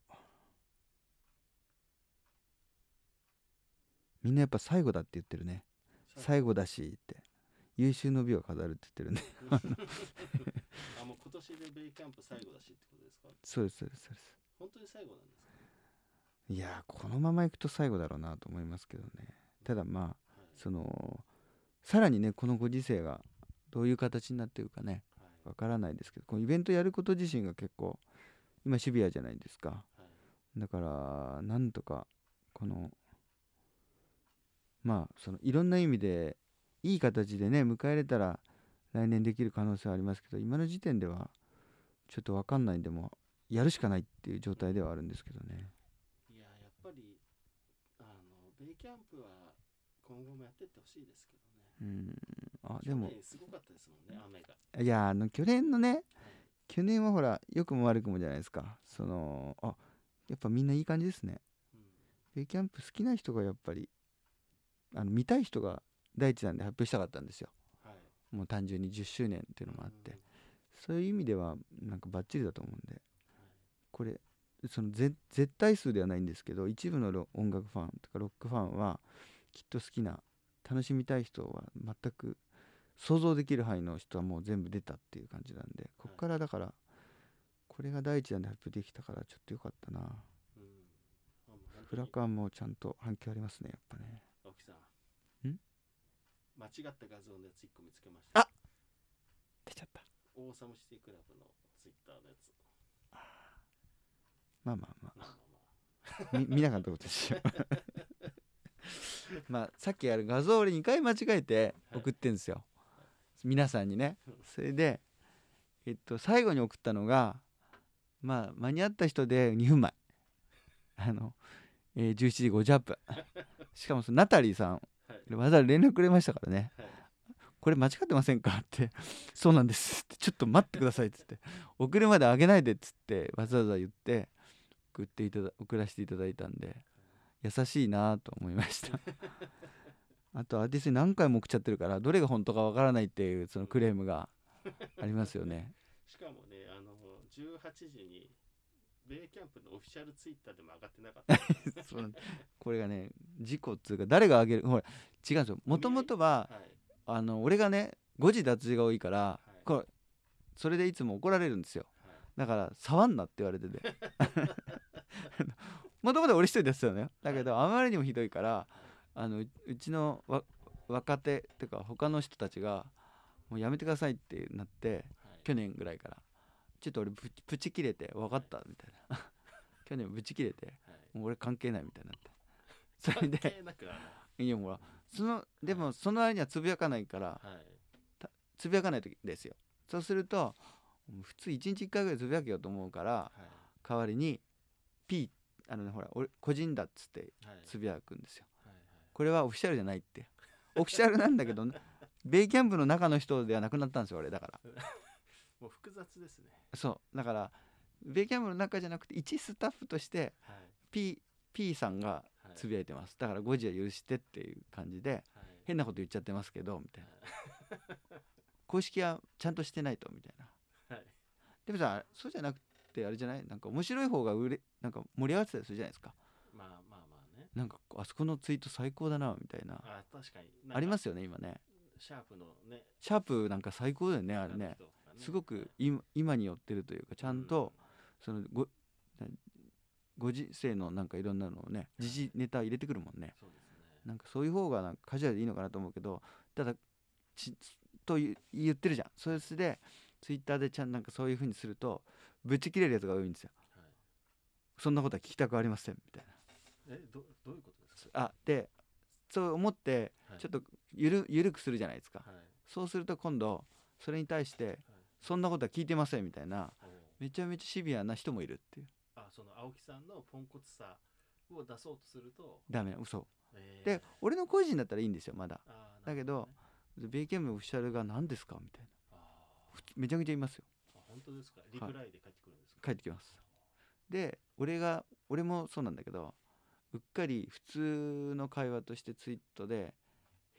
[SPEAKER 1] みんなやっぱ最後だって言ってるね最後だしって優秀の美を飾るって言ってるね
[SPEAKER 2] あもう今年でベイキャンプ最後だしってことですか
[SPEAKER 1] そうですそうですそうです
[SPEAKER 2] 本当に最後なんですか
[SPEAKER 1] いやーこのままいくと最後だろうなと思いますけどねただまあ
[SPEAKER 2] はい
[SPEAKER 1] そのさらにねこのご時世がどういう形になっていくかね
[SPEAKER 2] はい
[SPEAKER 1] わからないですけどこのイベントやること自身が結構今シビアじゃないですか
[SPEAKER 2] はい
[SPEAKER 1] だからなんとかこのまあそのいろんな意味でいい形でね迎え入れたら来年できる可能性はありますけど今の時点ではちょっとわかんないんでもうやるしかないっていう状態ではあるんですけどね
[SPEAKER 2] いややっぱりあのベイキャンプは今後もやってってほしいですけどね
[SPEAKER 1] うんあでも
[SPEAKER 2] 去年すごかったですもんね雨が
[SPEAKER 1] いやあの去年のね去年はほら良くも悪くもじゃないですかそのあやっぱみんないい感じですね
[SPEAKER 2] うん
[SPEAKER 1] ベイキャンプ好きな人がやっぱりあの見たい人が第一弾で発表したかったんですよ
[SPEAKER 2] はい
[SPEAKER 1] もう単純に10周年っていうのもあって、そういう意味ではなんかバッチリだと思うんでこれそのぜ絶対数ではないんですけど一部のロ音楽ファンとかロックファンはきっと好きな楽しみたい人は全く想像できる範囲の人はもう全部出たっていう感じなんでこっからだからこれが第一弾で発表できたからちょっとよかったな
[SPEAKER 2] うんうんあもう本当に
[SPEAKER 1] フラカーもちゃんと反響ありますねやっぱね
[SPEAKER 2] 青木さん
[SPEAKER 1] ん
[SPEAKER 2] 間違った画像のやつ1個見つけまし
[SPEAKER 1] あ
[SPEAKER 2] た
[SPEAKER 1] 出ちゃった
[SPEAKER 2] オーサムシティクラブのツイッターのやつ
[SPEAKER 1] まあまあまあ
[SPEAKER 2] まあまあまあ
[SPEAKER 1] み 見なかったことにしようまあさっきある画像を俺2回間違えて送ってんですよ皆さんにねそれでえっと最後に送ったのがまあ間に合った人で2分前あの、えー17時50分しかもそのナタリーさん
[SPEAKER 2] はい
[SPEAKER 1] わざわざ連絡くれましたからね
[SPEAKER 2] はい
[SPEAKER 1] これ間違ってませんか?」って「そうなんです」って「ちょっと待ってください」っつって「送るまであげないで」っつってわざわざ言って送っていただ送らせていただいたんで優しいなと思いました あとアーティストに何回も送っちゃってるからどれが本当かわからないっていうそのクレームがありますよね
[SPEAKER 2] しかもねあの18時にベイキャンプのオフィシャルツイッターでも上がってな かったですね
[SPEAKER 1] そうなんこれがね事故っつうか誰があげるほら違うんですよもともとは
[SPEAKER 2] はい
[SPEAKER 1] あの俺がね誤字脱字が多いから、
[SPEAKER 2] い
[SPEAKER 1] これそれでいつも怒られるんですよだから触んなって言われて てもともと俺一人でやってたのよだけどあまりにもひどいからあのううちのわ若手っていうか他の人たちがもうやめてくださいってなって
[SPEAKER 2] はい
[SPEAKER 1] 去年ぐらいからちょっと俺ぶちプチ切れて分かったみたいな 去年ぶち切れてもう俺関係ないみたいになってそれ
[SPEAKER 2] はい関
[SPEAKER 1] で
[SPEAKER 2] 係なくなる
[SPEAKER 1] いやほらそのでもその割にはつぶやかないから
[SPEAKER 2] はい
[SPEAKER 1] つぶやかないとですよそうすると普通1日1回ぐらいつぶやけようと思うから
[SPEAKER 2] はい
[SPEAKER 1] 代わりに P あのねほら俺個人だっつって
[SPEAKER 2] はい
[SPEAKER 1] つぶやくんですよ
[SPEAKER 2] はいはい
[SPEAKER 1] これはオフィシャルじゃないってオフィシャルなんだけど ねベイキャンプの中の人ではなくなったんですよ俺だから
[SPEAKER 2] もう複雑ですね
[SPEAKER 1] そうだからベイキャンプの中じゃなくて一スタッフとして
[SPEAKER 2] はい
[SPEAKER 1] P, P さんが
[SPEAKER 2] はい
[SPEAKER 1] つぶやいてますだから5時は許してっていう感じで
[SPEAKER 2] はい
[SPEAKER 1] 変なこと言っちゃってますけどみたいな公式はちゃんとしてないとみたいな
[SPEAKER 2] はい
[SPEAKER 1] でもさそうじゃなくてあれじゃないなんか面白い方が売れなんか盛り上がってたりするじゃないですか
[SPEAKER 2] まあまあまあね
[SPEAKER 1] なんかこうあそこのツイート最高だなみたいな
[SPEAKER 2] あ確かになんか
[SPEAKER 1] ありますよね今ね
[SPEAKER 2] シャープのね
[SPEAKER 1] シャープなんか最高だよねあれ
[SPEAKER 2] ラ
[SPEAKER 1] ね
[SPEAKER 2] ピュタとかね
[SPEAKER 1] すごく今今に寄ってるというかちゃんと、そのごなご時世のなんかいろんなのをね時事ネタ入れてくるもんね
[SPEAKER 2] うんそうですね
[SPEAKER 1] なんかそういう方がなんかカジュアルでいいのかなと思うけどただちと言言ってるじゃんそれでツイッターでちゃんなんかそういうふうにするとぶち切れるやつが多いんですよ
[SPEAKER 2] はい
[SPEAKER 1] そんなことは聞きたくありませんみたい
[SPEAKER 2] えどどういうことですか
[SPEAKER 1] なあでそう思って
[SPEAKER 2] はい
[SPEAKER 1] ちょっとゆるゆるくするじゃないですか
[SPEAKER 2] はい
[SPEAKER 1] そうすると今度それに対して
[SPEAKER 2] はい
[SPEAKER 1] そんなことは聞いてませんみたいな
[SPEAKER 2] おー
[SPEAKER 1] めちゃめちゃシビアな人もいるっていう
[SPEAKER 2] あその青木さんのポンコツさを出そうとすると、
[SPEAKER 1] ダメな嘘
[SPEAKER 2] えー
[SPEAKER 1] で俺の個人だったらいいんですよまだ
[SPEAKER 2] あー
[SPEAKER 1] だけど、米憲文オフィシャルが何ですかみたいな
[SPEAKER 2] なるほどね
[SPEAKER 1] ふめちゃくちゃいますよ
[SPEAKER 2] あーあ本当ですかリプライで帰ってくるんですか、
[SPEAKER 1] 帰ってきますで俺が俺もそうなんだけどうっかり普通の会話としてツイートで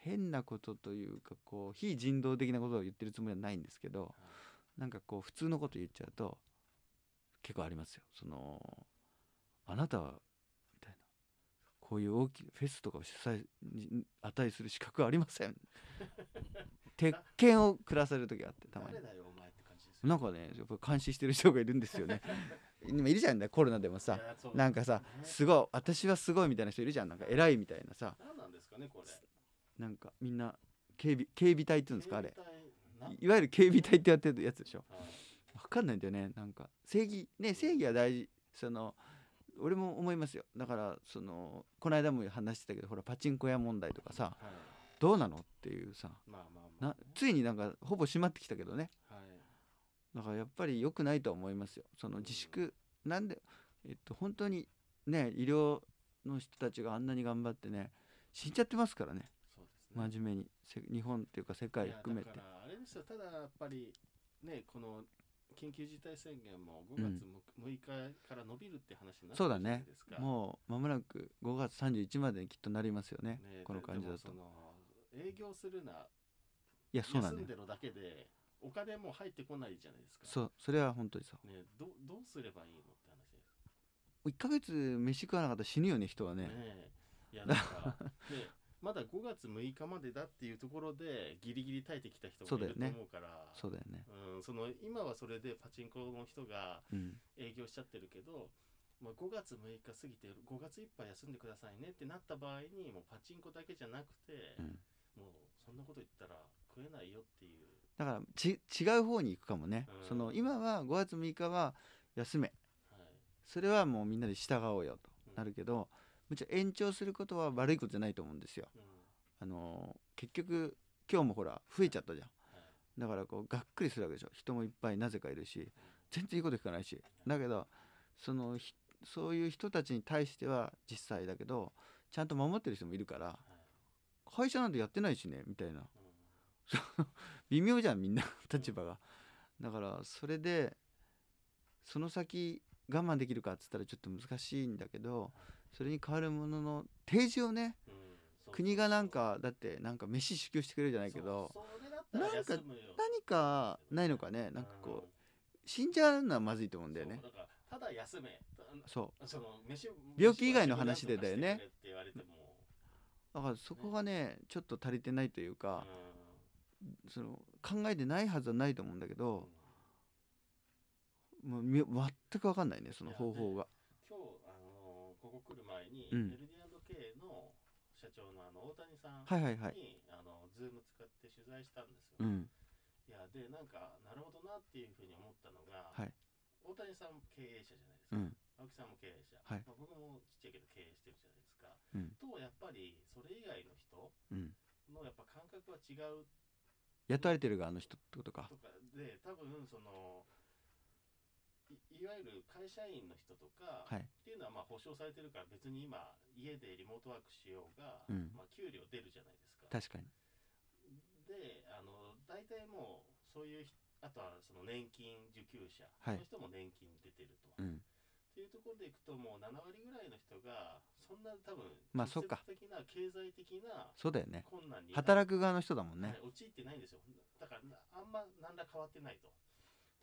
[SPEAKER 1] 変なことというかこう非人道的なことを言ってるつもりはないんですけどなんかこう普通のこと言っちゃうと結構ありますよそのあなたはみたいなこういう大きいフェスとかを主催に値する資格はありません鉄拳を下される時があってたまに
[SPEAKER 2] 誰だよお前って感じですよ
[SPEAKER 1] なんかねやっぱ監視してる人がいるんですよね 今いるじゃんねコロナでもさ
[SPEAKER 2] いやそう
[SPEAKER 1] なんかさ
[SPEAKER 2] ね
[SPEAKER 1] すごい私はすごいみたいな人いるじゃんなんか偉いみたいなさ
[SPEAKER 2] 何なんですかねこれ
[SPEAKER 1] なんかみんな警備警備隊っていうんですかあれ
[SPEAKER 2] 携帯ない
[SPEAKER 1] わゆる警備隊ってやってるやつでしょ
[SPEAKER 2] はい
[SPEAKER 1] わかんないんだよねなんか正義ね正義は大事その俺も思いますよだからそのこの間も話してたけどほらパチンコ屋問題とかさ
[SPEAKER 2] はい
[SPEAKER 1] どうなのっていうさ
[SPEAKER 2] まあまあまあ
[SPEAKER 1] なついになんかほぼ閉まってきたけどね
[SPEAKER 2] はい
[SPEAKER 1] だからやっぱり良くないとは思いますよその自粛なんでえっと本当にね医療の人たちがあんなに頑張ってね死んじゃってますからね
[SPEAKER 2] そうですね
[SPEAKER 1] 真面目にせ日本っていうか世界含めて
[SPEAKER 2] いやだからあれですよただやっぱりねこの緊急事態宣言も5
[SPEAKER 1] うん
[SPEAKER 2] 月も6日から伸びるって話になって
[SPEAKER 1] そうだ
[SPEAKER 2] るじゃな
[SPEAKER 1] ね
[SPEAKER 2] いですか、
[SPEAKER 1] もう間もなく5月31までにきっとなりますよね
[SPEAKER 2] ね
[SPEAKER 1] この感じだと
[SPEAKER 2] でもその営業するない
[SPEAKER 1] やそうだ
[SPEAKER 2] 休
[SPEAKER 1] ね
[SPEAKER 2] んでるだけでお金も入ってこないじゃないですか
[SPEAKER 1] そうそれは本当にそう
[SPEAKER 2] ねどどうすればいいのって話です
[SPEAKER 1] 1ヶ月飯食わなかったら死ぬよね人はね
[SPEAKER 2] ねえいやだから、ね、まだ5月6日までだっていうところでギリギリ耐えてきた人
[SPEAKER 1] そう
[SPEAKER 2] も
[SPEAKER 1] だよ
[SPEAKER 2] いると
[SPEAKER 1] ね
[SPEAKER 2] 思うから
[SPEAKER 1] そうだよね
[SPEAKER 2] うん、その今はそれでパチンコの人が
[SPEAKER 1] うん
[SPEAKER 2] 営業しちゃってるけど、まあ、5月6日過ぎて5月いっぱい休んでくださいねってなった場合にもうパチンコだけじゃなくて、
[SPEAKER 1] うん
[SPEAKER 2] もうそんなこと言ったら食えないよっていう
[SPEAKER 1] だからち違う方に行くかもね
[SPEAKER 2] うん
[SPEAKER 1] その今は5月6日は休め
[SPEAKER 2] はい
[SPEAKER 1] それはもうみんなで従おうよと
[SPEAKER 2] うん
[SPEAKER 1] なるけどもちろん延長することは悪いことじゃないと思うんですよ
[SPEAKER 2] うん
[SPEAKER 1] あのー結局今日もほら増えちゃったじゃん
[SPEAKER 2] はい
[SPEAKER 1] だからこうがっくりするわけでしょ人もいっぱいなぜかいるし全然いいこと聞かないしだけどそのひそういう人たちに対しては実際だけどちゃんと守ってる人もいるから
[SPEAKER 2] はい
[SPEAKER 1] 会社なんてやってないしねみたいな
[SPEAKER 2] うん
[SPEAKER 1] 微妙じゃんみんな立場がだからそれでその先我慢できるかっつったらちょっと難しいんだけどそれに代わるものの提示をね
[SPEAKER 2] うんそう
[SPEAKER 1] 国がなんかだってなんか飯支給してくれるじゃないけど
[SPEAKER 2] そうそれだったら
[SPEAKER 1] なんか
[SPEAKER 2] 休むよ
[SPEAKER 1] 何かないのかねなんかこう死んじゃうのはまずいと思うんだよね
[SPEAKER 2] そうだからただ休め
[SPEAKER 1] そ
[SPEAKER 2] その飯
[SPEAKER 1] 病気以外の話でだよね
[SPEAKER 2] 飯は自分でなんとかしてくれって言われても
[SPEAKER 1] うだからそこがねちょっと足りてないというかその考えてないはずはないと思うんだけ
[SPEAKER 2] うん
[SPEAKER 1] どもうみ全く分かんないねその方法が
[SPEAKER 2] 今日あのーここ来る前に、
[SPEAKER 1] うん
[SPEAKER 2] LD&K の社長のあの大谷さんに、
[SPEAKER 1] はいはいはい
[SPEAKER 2] あのズーム使って取材したんです
[SPEAKER 1] う
[SPEAKER 2] よ、
[SPEAKER 1] ん
[SPEAKER 2] いやでなんかなるほどなっていうふうに思ったのが、
[SPEAKER 1] はい
[SPEAKER 2] 大谷さんも経営者じゃないです
[SPEAKER 1] うん
[SPEAKER 2] か、青木さんも経営者、
[SPEAKER 1] はい
[SPEAKER 2] まあ、僕もちっちゃいけど経営してるじゃないですか、
[SPEAKER 1] うん
[SPEAKER 2] とやっぱりそれ以外の人
[SPEAKER 1] うん
[SPEAKER 2] のやっぱ感覚は違う
[SPEAKER 1] 雇われてる側の人ってことか
[SPEAKER 2] とかで多分そのいいわゆる会社員の人とか、
[SPEAKER 1] はい
[SPEAKER 2] っていうのはまあ保証されてるから別に今家でリモートワークしようが、
[SPEAKER 1] うん
[SPEAKER 2] まあ、給料出るじゃないですか
[SPEAKER 1] 確かに
[SPEAKER 2] であの大体もうそういうひあとはその年金受給者
[SPEAKER 1] はい
[SPEAKER 2] の人も年金出てると、
[SPEAKER 1] うん
[SPEAKER 2] っていうところでいくともう7割ぐらいの人がそんなな多分
[SPEAKER 1] まあそっか
[SPEAKER 2] 直接的な経済的な
[SPEAKER 1] そうだよね
[SPEAKER 2] 困難に
[SPEAKER 1] 働く側の人だもん
[SPEAKER 2] ね、
[SPEAKER 1] ね
[SPEAKER 2] はい、陥ってないんですよだからなあんま何ら変わってないと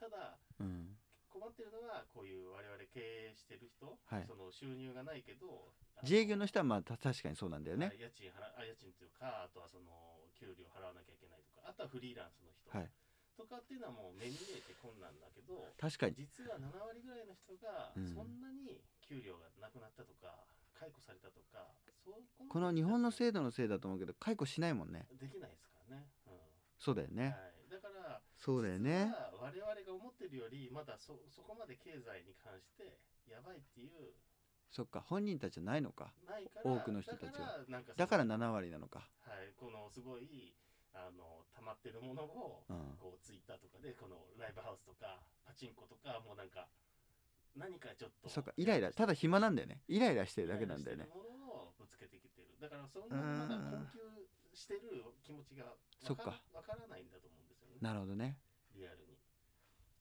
[SPEAKER 2] ただ
[SPEAKER 1] うん
[SPEAKER 2] 困ってるのはこういう我々経営してる人、
[SPEAKER 1] はい
[SPEAKER 2] その収入がないけどあの
[SPEAKER 1] 自営業の人はまあた確かにそうなんだよ
[SPEAKER 2] は
[SPEAKER 1] ね
[SPEAKER 2] い家賃払あ家賃というかあとはその給料払わなきゃいけないとかあとはフリーランスの人
[SPEAKER 1] はい
[SPEAKER 2] とかっていうのはもう目に見えて困難だけど、
[SPEAKER 1] 確かに
[SPEAKER 2] 実は7割ぐらいの人が
[SPEAKER 1] うん
[SPEAKER 2] そんなに給料がなくなったとか、解雇されたとかそうこ
[SPEAKER 1] この日本の
[SPEAKER 2] い
[SPEAKER 1] 制度のせいだと思うけど解雇しないもんね
[SPEAKER 2] できないですからね、うん
[SPEAKER 1] そうだよね
[SPEAKER 2] はい、だから
[SPEAKER 1] そうだよね
[SPEAKER 2] 実は我々が思ってるよりまだそそこまで経済に関してやばいっていう
[SPEAKER 1] そっか本人たちじゃないのか
[SPEAKER 2] ないから
[SPEAKER 1] 多くの人たちは
[SPEAKER 2] だからなんかその
[SPEAKER 1] だから7割なのか
[SPEAKER 2] はい、このすごいあの溜まってるものを
[SPEAKER 1] うん
[SPEAKER 2] こうツイッターとかでこのライブハウスとかパチンコとかもうなんか何かちょっと
[SPEAKER 1] そっかイライラただ暇なんだよねイライラしてるだけなんだよね
[SPEAKER 2] イライラしてるものをぶつけてきてるだからそんなにまだ困窮してる気持ちがわ
[SPEAKER 1] そっか
[SPEAKER 2] わからないんだと思うんですよね
[SPEAKER 1] なるほどね
[SPEAKER 2] リアルに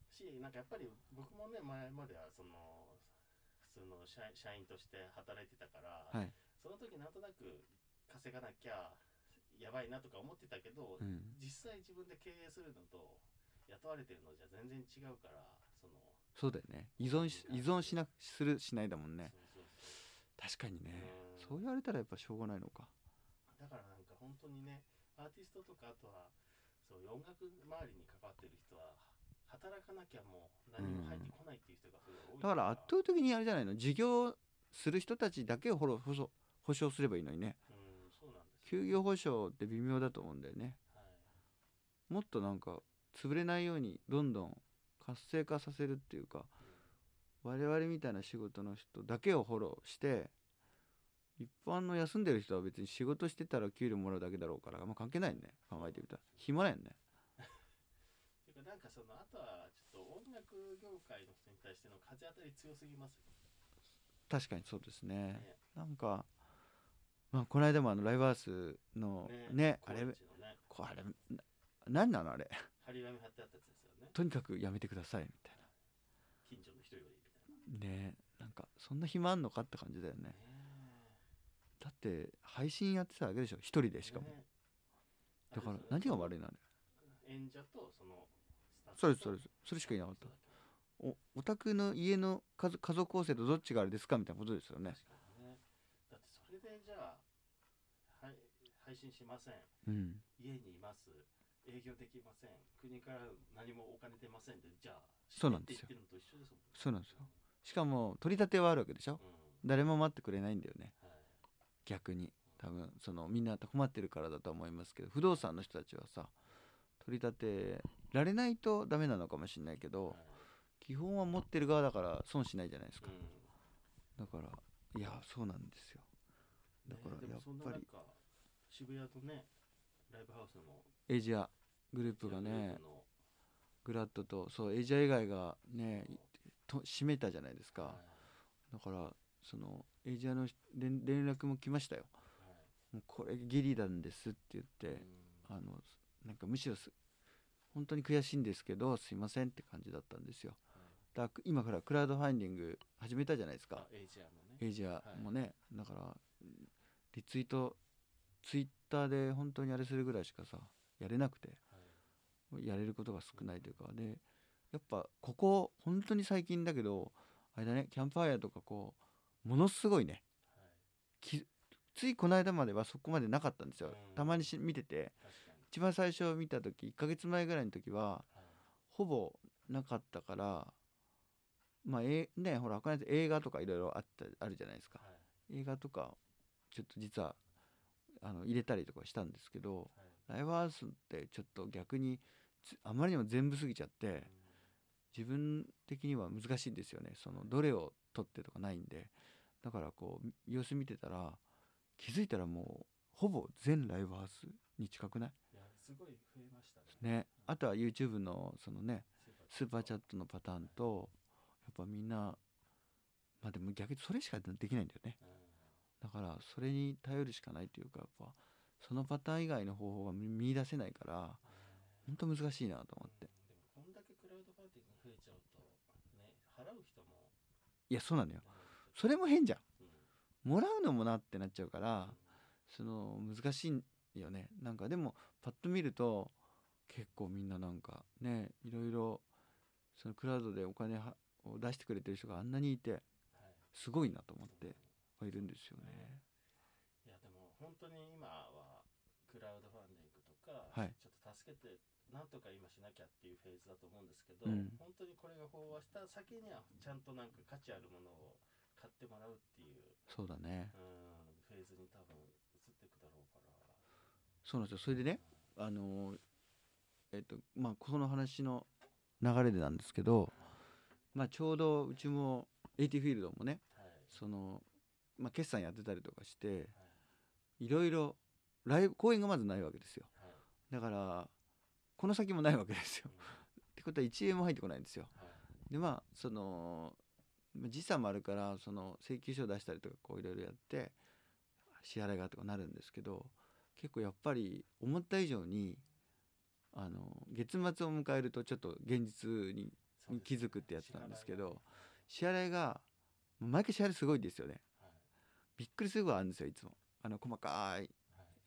[SPEAKER 2] しなんかやっぱり僕もね前まではその普通の社社員として働いてたから、
[SPEAKER 1] はい
[SPEAKER 2] その時なんとなく稼がなきゃやばいなとか思ってたけど、
[SPEAKER 1] うん
[SPEAKER 2] 実際自分で経営するのと雇われてるのじゃ全然違うからその
[SPEAKER 1] そうだよね依存し依存しなするしないだもんね
[SPEAKER 2] そうそうそ
[SPEAKER 1] 確かにね
[SPEAKER 2] うん
[SPEAKER 1] そう言われたらやっぱしょうがないのか
[SPEAKER 2] うだからなんか本当にねアーティストとかあとはそういう音楽周りに関わってる人は働かなきゃもう何も入ってこないっていう人がすごい多い
[SPEAKER 1] だから圧倒的にあれじゃないの事業する人たちだけをほろほそ保証すればいいのにね
[SPEAKER 2] うんそうなんですよ、
[SPEAKER 1] 休業保証って微妙だと思うんだよね
[SPEAKER 2] はい
[SPEAKER 1] もっとなんか潰れないようにどんどん活性化させるっていうか我々みたいな仕事の人だけをフォローして一般の休んでる人は別に仕事してたら給料もらうだけだろうからあんま関係ないよね考えてみたら暇やんね
[SPEAKER 2] ていうかなんかそのあとはちょっと音楽業界の人に対しての風当たり強すぎますよ
[SPEAKER 1] 確かにそうですね
[SPEAKER 2] ね
[SPEAKER 1] なんかまあこの間もあのライブハウスのねあれ
[SPEAKER 2] 高円寺のね
[SPEAKER 1] これな何なのあれ
[SPEAKER 2] 張り紙貼ってあったやつですよね
[SPEAKER 1] とにかくやめてくださいみたい
[SPEAKER 2] 近所の人よりみたい
[SPEAKER 1] なねなんかそんな暇あんのかって感じだよね
[SPEAKER 2] なね
[SPEAKER 1] だって配信やってただけでしょ一人でしかも、
[SPEAKER 2] ね
[SPEAKER 1] だから何が悪
[SPEAKER 2] い
[SPEAKER 1] いのあれ
[SPEAKER 2] 演者とそのスタッフ
[SPEAKER 1] それ
[SPEAKER 2] と
[SPEAKER 1] ですそれですそれしかいなかった
[SPEAKER 2] そう
[SPEAKER 1] おお宅の家の家族家族構成とどっちがあれですかみたいなことですよ
[SPEAKER 2] だ
[SPEAKER 1] ね
[SPEAKER 2] け確かにねだってそれでじゃあはい配信しません
[SPEAKER 1] うん
[SPEAKER 2] 家にいます営業できません国から何もお金出ませんでじゃあ
[SPEAKER 1] そうなんですよ
[SPEAKER 2] 死ねって言ってるのと一緒ですもん
[SPEAKER 1] そうなんですよしかも取り立てはあるわけでしょ
[SPEAKER 2] う
[SPEAKER 1] 誰も待ってくれないんだよね
[SPEAKER 2] んはい
[SPEAKER 1] 逆に多分そのみんな困ってるからだと思いますけど不動産の人たちはさ取り立てられないとダメなのかもしれないけど
[SPEAKER 2] はい
[SPEAKER 1] 基本は持ってる側だから損しないじゃないですか
[SPEAKER 2] うん
[SPEAKER 1] だからいやそうなんですよだから
[SPEAKER 2] ねでも
[SPEAKER 1] やっ
[SPEAKER 2] そんな
[SPEAKER 1] ぱり
[SPEAKER 2] 中渋谷とねライブハウスの
[SPEAKER 1] エイジアグループがね
[SPEAKER 2] グループの
[SPEAKER 1] グラッドとそうエイジア以外がねいと閉めたじゃないですか、
[SPEAKER 2] は
[SPEAKER 1] だからそのエイジアの人連連絡も来ましたよ
[SPEAKER 2] いはい
[SPEAKER 1] もうこれギリなんですって言って
[SPEAKER 2] う、ん
[SPEAKER 1] あのなんかむしろす本当に悔しいんですけどすいませんって感じだったんですよ
[SPEAKER 2] はい
[SPEAKER 1] だから今からクラウドファンディング始めたじゃないですか
[SPEAKER 2] あエイジアのね
[SPEAKER 1] エイジアもね、だからリツイートツイッターで本当にあれするぐらいしかさやれなくて
[SPEAKER 2] はい
[SPEAKER 1] やれることが少ないというかでやっぱここ本当に最近だけどあれだねキャンプファイヤーとかこうものすごいね
[SPEAKER 2] はい
[SPEAKER 1] きついこの間まではそこまでなかったんですよ、
[SPEAKER 2] うん
[SPEAKER 1] たまにし見てて
[SPEAKER 2] 確かに
[SPEAKER 1] 一番最初見た時1ヶ月前ぐらいの時は
[SPEAKER 2] はい
[SPEAKER 1] ほぼなかったからまあえーねほら他のやつ映画とかいろいろあったあるじゃないですか
[SPEAKER 2] はい
[SPEAKER 1] 映画とかちょっと実はあの入れたりとかしたんですけど
[SPEAKER 2] はい
[SPEAKER 1] ライブハウスってちょっと逆につあまりにも全部過ぎちゃって、自分的には難しいんですよねそのどれを取ってとかないんでだからこう様子見てたら気づいたらもうほぼ全ライブハウスに近くない
[SPEAKER 2] いやすごい増えましたね
[SPEAKER 1] ねあとは YouTube のそのねスーパーチャ
[SPEAKER 2] ッ
[SPEAKER 1] ットのパターンとやっぱみんなまあでも逆にそれしかできないんだよね
[SPEAKER 2] ト、うん
[SPEAKER 1] だからそれに頼るしかないというかやっぱそのパターン以外の方法が見見出せないから本当難しいなと思って
[SPEAKER 2] うんでもこんだけクラウドファンディング増えちゃうとね払う人も
[SPEAKER 1] いやそうなのよ
[SPEAKER 2] ね
[SPEAKER 1] それも変じゃん
[SPEAKER 2] うん
[SPEAKER 1] もらうのもなってなっちゃうからその難しいよねなんかでもパッと見ると結構みんななんかねいろいろそのクラウドでお金はを出してくれてる人があんなにいて
[SPEAKER 2] はい
[SPEAKER 1] すごいなと思ってはいるんですよね。
[SPEAKER 2] いやでも本当に今はクラウドファンディングとか、
[SPEAKER 1] はい
[SPEAKER 2] ちょっと助けてなんとか今しなきゃっていうフェーズだと思うんですけど、
[SPEAKER 1] うん
[SPEAKER 2] 本当にこれが飽和した先にはちゃんとなんか価値あるものを買ってもらうっていう
[SPEAKER 1] そうだね
[SPEAKER 2] うんフェーズに多分移っていくだろうから。
[SPEAKER 1] そうなんですよそれでねあのーえっとまあこの話の流れでなんですけど、まあ、ちょうどうちも AT フィールドもね
[SPEAKER 2] はい
[SPEAKER 1] その、まあ、決算やってたりとかして
[SPEAKER 2] はい
[SPEAKER 1] いろいろライブ公演がまずないわけですよ
[SPEAKER 2] はい
[SPEAKER 1] だからこの先もないわけですよ
[SPEAKER 2] うん
[SPEAKER 1] ってことは1円も入ってこないんですよ
[SPEAKER 2] はい
[SPEAKER 1] でまあそのまあ時差もあるからその請求書出したりとかこういろいろやって支払いがとかなるんですけど結構やっぱり思った以上にあの月末を迎えるとちょっと現実に
[SPEAKER 2] そうですね
[SPEAKER 1] 気づくってやつなんですけど
[SPEAKER 2] 支払
[SPEAKER 1] 支払
[SPEAKER 2] い
[SPEAKER 1] いが毎回支払いすごいですよね
[SPEAKER 2] がはい
[SPEAKER 1] びっくりするぐらいあるんですよいつもあの細かい
[SPEAKER 2] はい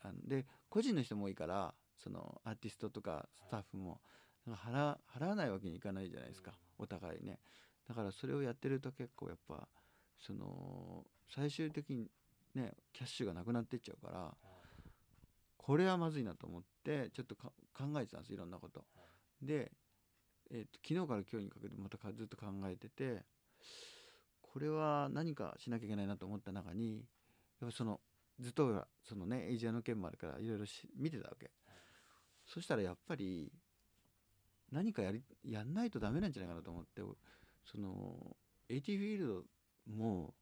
[SPEAKER 1] あので個人の人も多いからそのアーティストとかスタッフもなんか払払わないわけにいかないじゃないですか、お互いねだからそれをやってると結構やっぱその最終的にねキャッシュがなくなってっちゃうから
[SPEAKER 2] はい
[SPEAKER 1] これはまずいなと思ってちょっとか考えてたんですいろんなこと
[SPEAKER 2] は
[SPEAKER 1] で、えっと昨日から今日にかけてまたかずっと考えててこれは何かしなきゃいけないなと思った中にやっぱそのずっとそのねエイジアの件もあるからいろいろし見てたわけそしたらやっぱり何かやりやんないとダメなんじゃないかなと思ってその AT フィールドも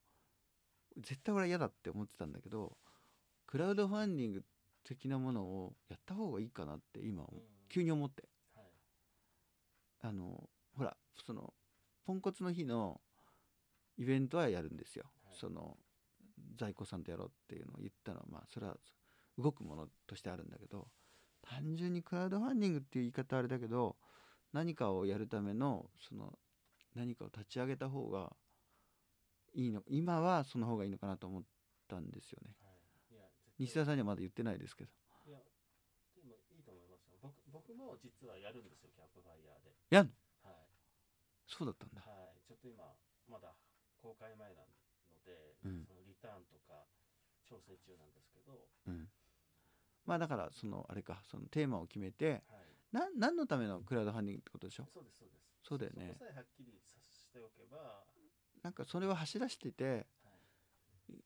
[SPEAKER 1] 絶対俺は嫌だって思ってたんだけどクラウドファンディング的なものをやった方がいいかなって今思う
[SPEAKER 2] うん
[SPEAKER 1] 急に思って
[SPEAKER 2] はい
[SPEAKER 1] あのほらそのポンコツの日のイベントはやるんですよ、
[SPEAKER 2] はい
[SPEAKER 1] その在庫さんとやろうっていうのを言ったのはまあそれは動くものとしてあるんだけど単純にクラウドファンディングっていう言い方はあれだけど何かをやるためのその何かを立ち上げた方がいいの今はその方がいいのかなと思ったんですよね
[SPEAKER 2] はいいや絶対
[SPEAKER 1] 西田さんにはまだ言ってないですけど
[SPEAKER 2] いや、でもいいと思いますよ。僕僕も実はやるんですよ、キャンプファイヤーで。
[SPEAKER 1] やん
[SPEAKER 2] はい。
[SPEAKER 1] そうだったんだ
[SPEAKER 2] はい。ちょっと今、まだ公開前なので、
[SPEAKER 1] うん
[SPEAKER 2] そのリターンとか調整中なんですけど、
[SPEAKER 1] うんまあだからそのあれかそのテーマを決めて、
[SPEAKER 2] はい。
[SPEAKER 1] な何のためのクラウドファンディングってことでしょ
[SPEAKER 2] そうです、そうです。
[SPEAKER 1] そうだよね
[SPEAKER 2] そこさえはっきりさしておけば、
[SPEAKER 1] なんかそれを走らしてて
[SPEAKER 2] はい。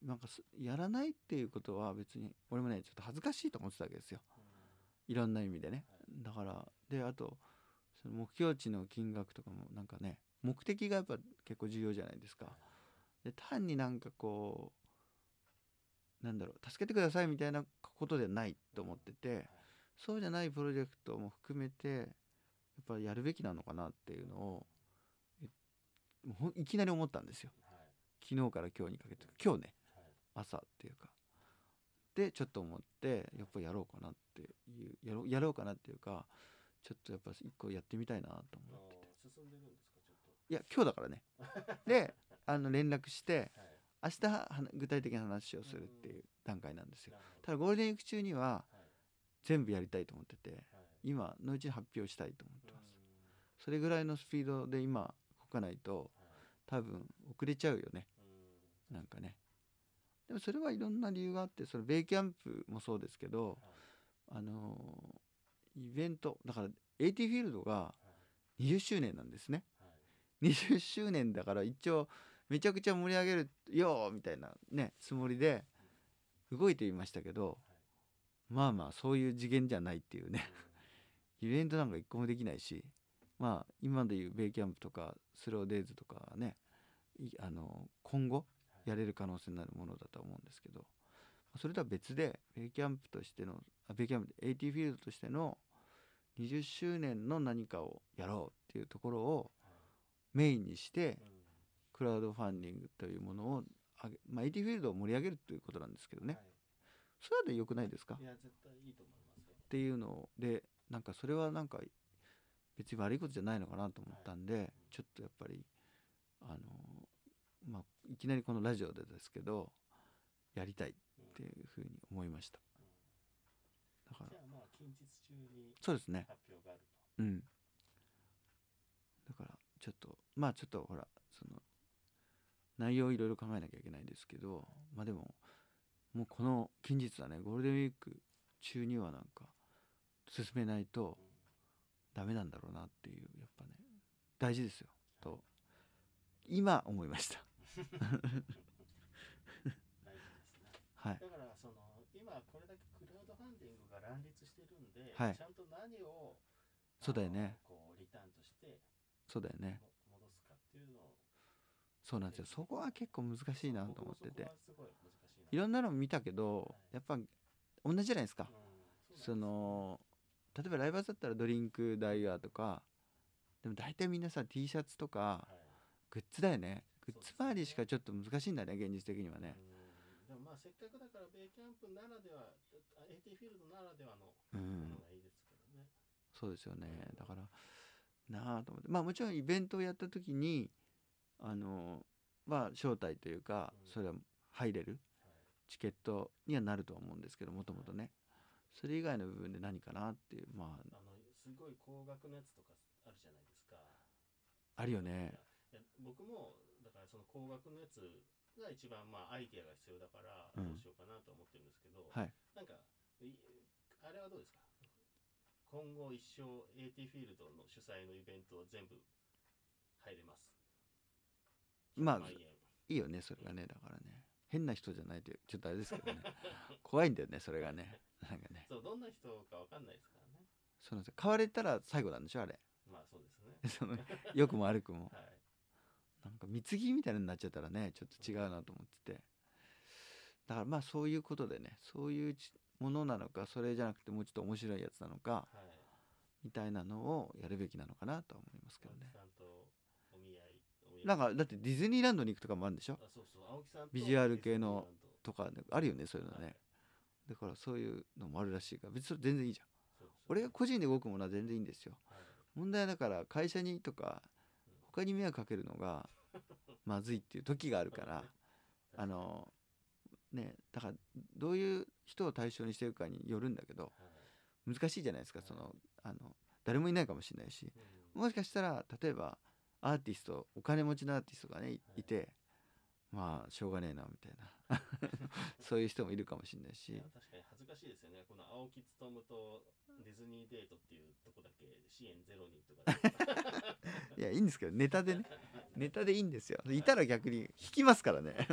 [SPEAKER 1] なんかすやらないっていうことは別に俺もねちょっと恥ずかしいと思ってたわけですよ
[SPEAKER 2] うん
[SPEAKER 1] いろんな意味でね
[SPEAKER 2] は
[SPEAKER 1] だからであとその目標値の金額とかもなんかね目的がやっぱ結構重要じゃないですかで単になんかこうなんだろう助けてくださいみたいなことではないと思っててそうじゃないプロジェクトも含めてやっぱやるべきなのかなっていうのをえもうほんいきなり思ったんですよ
[SPEAKER 2] はい。
[SPEAKER 1] 昨日から今日にかけて今日ね
[SPEAKER 2] はい。
[SPEAKER 1] 朝っていうかでちょっと思ってやっぱやろうかなっていうやろうやろうかなっていうかちょっとやっぱ一個やってみたいなと
[SPEAKER 2] あ
[SPEAKER 1] 思ってて
[SPEAKER 2] の進んでるんですか、ちょっと。
[SPEAKER 1] いや今日だからねであの連絡して
[SPEAKER 2] はい。
[SPEAKER 1] 明日は具体的な話をするっていう段階なんですよ
[SPEAKER 2] なるほ
[SPEAKER 1] ただゴールデンウィーク中には
[SPEAKER 2] ど。はい。
[SPEAKER 1] 全部やりたいと思ってて
[SPEAKER 2] はい。
[SPEAKER 1] 今のうちに発表したいと思ってます
[SPEAKER 2] うん
[SPEAKER 1] それぐらいのスピードで今動かないと
[SPEAKER 2] はい
[SPEAKER 1] 多分遅れちゃうよね
[SPEAKER 2] うん
[SPEAKER 1] なんかねでもそれはいろんな理由があってそのベイキャンプもそうですけど
[SPEAKER 2] はい
[SPEAKER 1] あのーイベントだから AT フィールドが
[SPEAKER 2] はい
[SPEAKER 1] 20周年なんですね
[SPEAKER 2] はい
[SPEAKER 1] 20周年だから一応めちゃくちゃ盛り上げるよーみたいなねつもりで動いていましたけどまあまあそういう次元じゃないっていうねイベントなんか一個もできないしまあ今でいうベイキャンプとかスローデイズとかねいあの今後やれる可能性になるものだと思うんですけどそれとは別でベイキャンプとしてのあベイキャンプ AT フィールドとしての20周年の何かをやろうっていうところをメインにしてクラウドファンディングというものをあげ、まあ、AT フィールドを盛り上げるということなんですけど
[SPEAKER 2] ね
[SPEAKER 1] ね。それはで良くないですか
[SPEAKER 2] いや、絶対いいと思いますよ。
[SPEAKER 1] っていうのでなんかそれはなんか別に悪いことじゃないのかなと思ったんで、ちょっとやっぱりあのまあいきなりこのラジオでですけどやりたいっ
[SPEAKER 2] うん
[SPEAKER 1] ていうふうに思いましただから
[SPEAKER 2] じゃあまあ近日中に
[SPEAKER 1] そうですね
[SPEAKER 2] 発表があると
[SPEAKER 1] うんだからちょっとまあちょっとほらその内容をいろいろ考えなきゃいけないんですけどまあでももうこの近日だねゴールデンウィーク中にはなんか進めないとダメなんだろうなっていうやっぱね大事ですよと今思いました
[SPEAKER 2] 大事ですね
[SPEAKER 1] はい
[SPEAKER 2] だからその今これだけクラウドファンディングが乱立してるんで、
[SPEAKER 1] はい
[SPEAKER 2] ちゃんと何をあの
[SPEAKER 1] そうだよね
[SPEAKER 2] こうリターンとして
[SPEAKER 1] そうだよね
[SPEAKER 2] も戻すかっていうのを
[SPEAKER 1] そうなんですよそこは結構難しいなと思ってて
[SPEAKER 2] 僕もそこはすごい難しいない
[SPEAKER 1] ろんなの見たけどやっぱ同じじゃないですか
[SPEAKER 2] うん
[SPEAKER 1] そう
[SPEAKER 2] なん
[SPEAKER 1] の例えばライバーズだったらドリンク代がとかでも大体みんなさ T シャツとか
[SPEAKER 2] ですはい
[SPEAKER 1] グッズだよねグッ
[SPEAKER 2] そうです
[SPEAKER 1] ズ
[SPEAKER 2] ね
[SPEAKER 1] 周りしかちょっと難しいんだね現実的にはね
[SPEAKER 2] うんでもまあせっかくだからベイキャンプならではあ AT フィールドならではの
[SPEAKER 1] うん、
[SPEAKER 2] ものがいいですけどね、
[SPEAKER 1] そうですよねだからなあと思ってまあもちろんイベントをやった時にあのまあ招待というか
[SPEAKER 2] うん
[SPEAKER 1] それは入れる
[SPEAKER 2] はい
[SPEAKER 1] チケットにはなるとは思うんですけどもともとねそれ以外の部分で何かなっていうま
[SPEAKER 2] あのすごい高額のやつとかあるじゃないですか
[SPEAKER 1] ああるよね
[SPEAKER 2] いや僕もだからその高額のやつが一番まあアイディアが必要だから
[SPEAKER 1] うん
[SPEAKER 2] どうしようかなと思ってるんですけど、
[SPEAKER 1] はい
[SPEAKER 2] なんかいあれはどうですか今後一生 AT フィールドの主催のイベントを全部入れます
[SPEAKER 1] まあ
[SPEAKER 2] 100万円
[SPEAKER 1] いいよねそれがねだからね変な人じゃないとちょっとあれですけ どね怖いんだよねそれがねなんかね
[SPEAKER 2] そうどんな人かわかんないですからね
[SPEAKER 1] そうなんですよ買われたら最後なんでしょあれ
[SPEAKER 2] まあそうですね
[SPEAKER 1] その良くも悪くも
[SPEAKER 2] はい
[SPEAKER 1] なんか貢ぎみたいになっちゃったらねちょっと違うなと思っててだからまあそういうことでねそういうちものなのかそれじゃなくてもうちょっと面白いやつなのか
[SPEAKER 2] はい
[SPEAKER 1] みたいなのをやるべきなのかなとは思いますけどね
[SPEAKER 2] 青木さんとお見合いお見合い
[SPEAKER 1] なんかだってディズニーランドに行くとかもあるんでしょ
[SPEAKER 2] あそうそう青木さんと
[SPEAKER 1] ビジュアル系の
[SPEAKER 2] デ
[SPEAKER 1] とかね、あるよねそうい
[SPEAKER 2] ィ
[SPEAKER 1] う
[SPEAKER 2] ズニーラ
[SPEAKER 1] の
[SPEAKER 2] ンドはい
[SPEAKER 1] ねだからそういうのもあるらしいから別にそれ全然いいじゃん
[SPEAKER 2] そうそう
[SPEAKER 1] 俺が個人で動くものは全然いいんですよ
[SPEAKER 2] はい
[SPEAKER 1] 問題はだから会社にとか他に迷惑かけるの がまずいっていう時があるからあのねだからどういう人を対象にしてるかによるんだけど
[SPEAKER 2] はい
[SPEAKER 1] 難しいじゃないですか
[SPEAKER 2] はい
[SPEAKER 1] そのあの誰もいないかもしれないし
[SPEAKER 2] うん
[SPEAKER 1] もしかしたら例えばアーティストお金持ちのアーティストがねい
[SPEAKER 2] はい
[SPEAKER 1] いてまあしょうがねえなみたいな そういう人もいるかもしれない
[SPEAKER 2] い
[SPEAKER 1] し
[SPEAKER 2] や確かに恥ずかしいですよねこの青木勤とディズニーデートっていうとこだけ支援ゼロ人とかで
[SPEAKER 1] いやいいんですけどネタでねネタでいいんですよいたら逆に引きますからね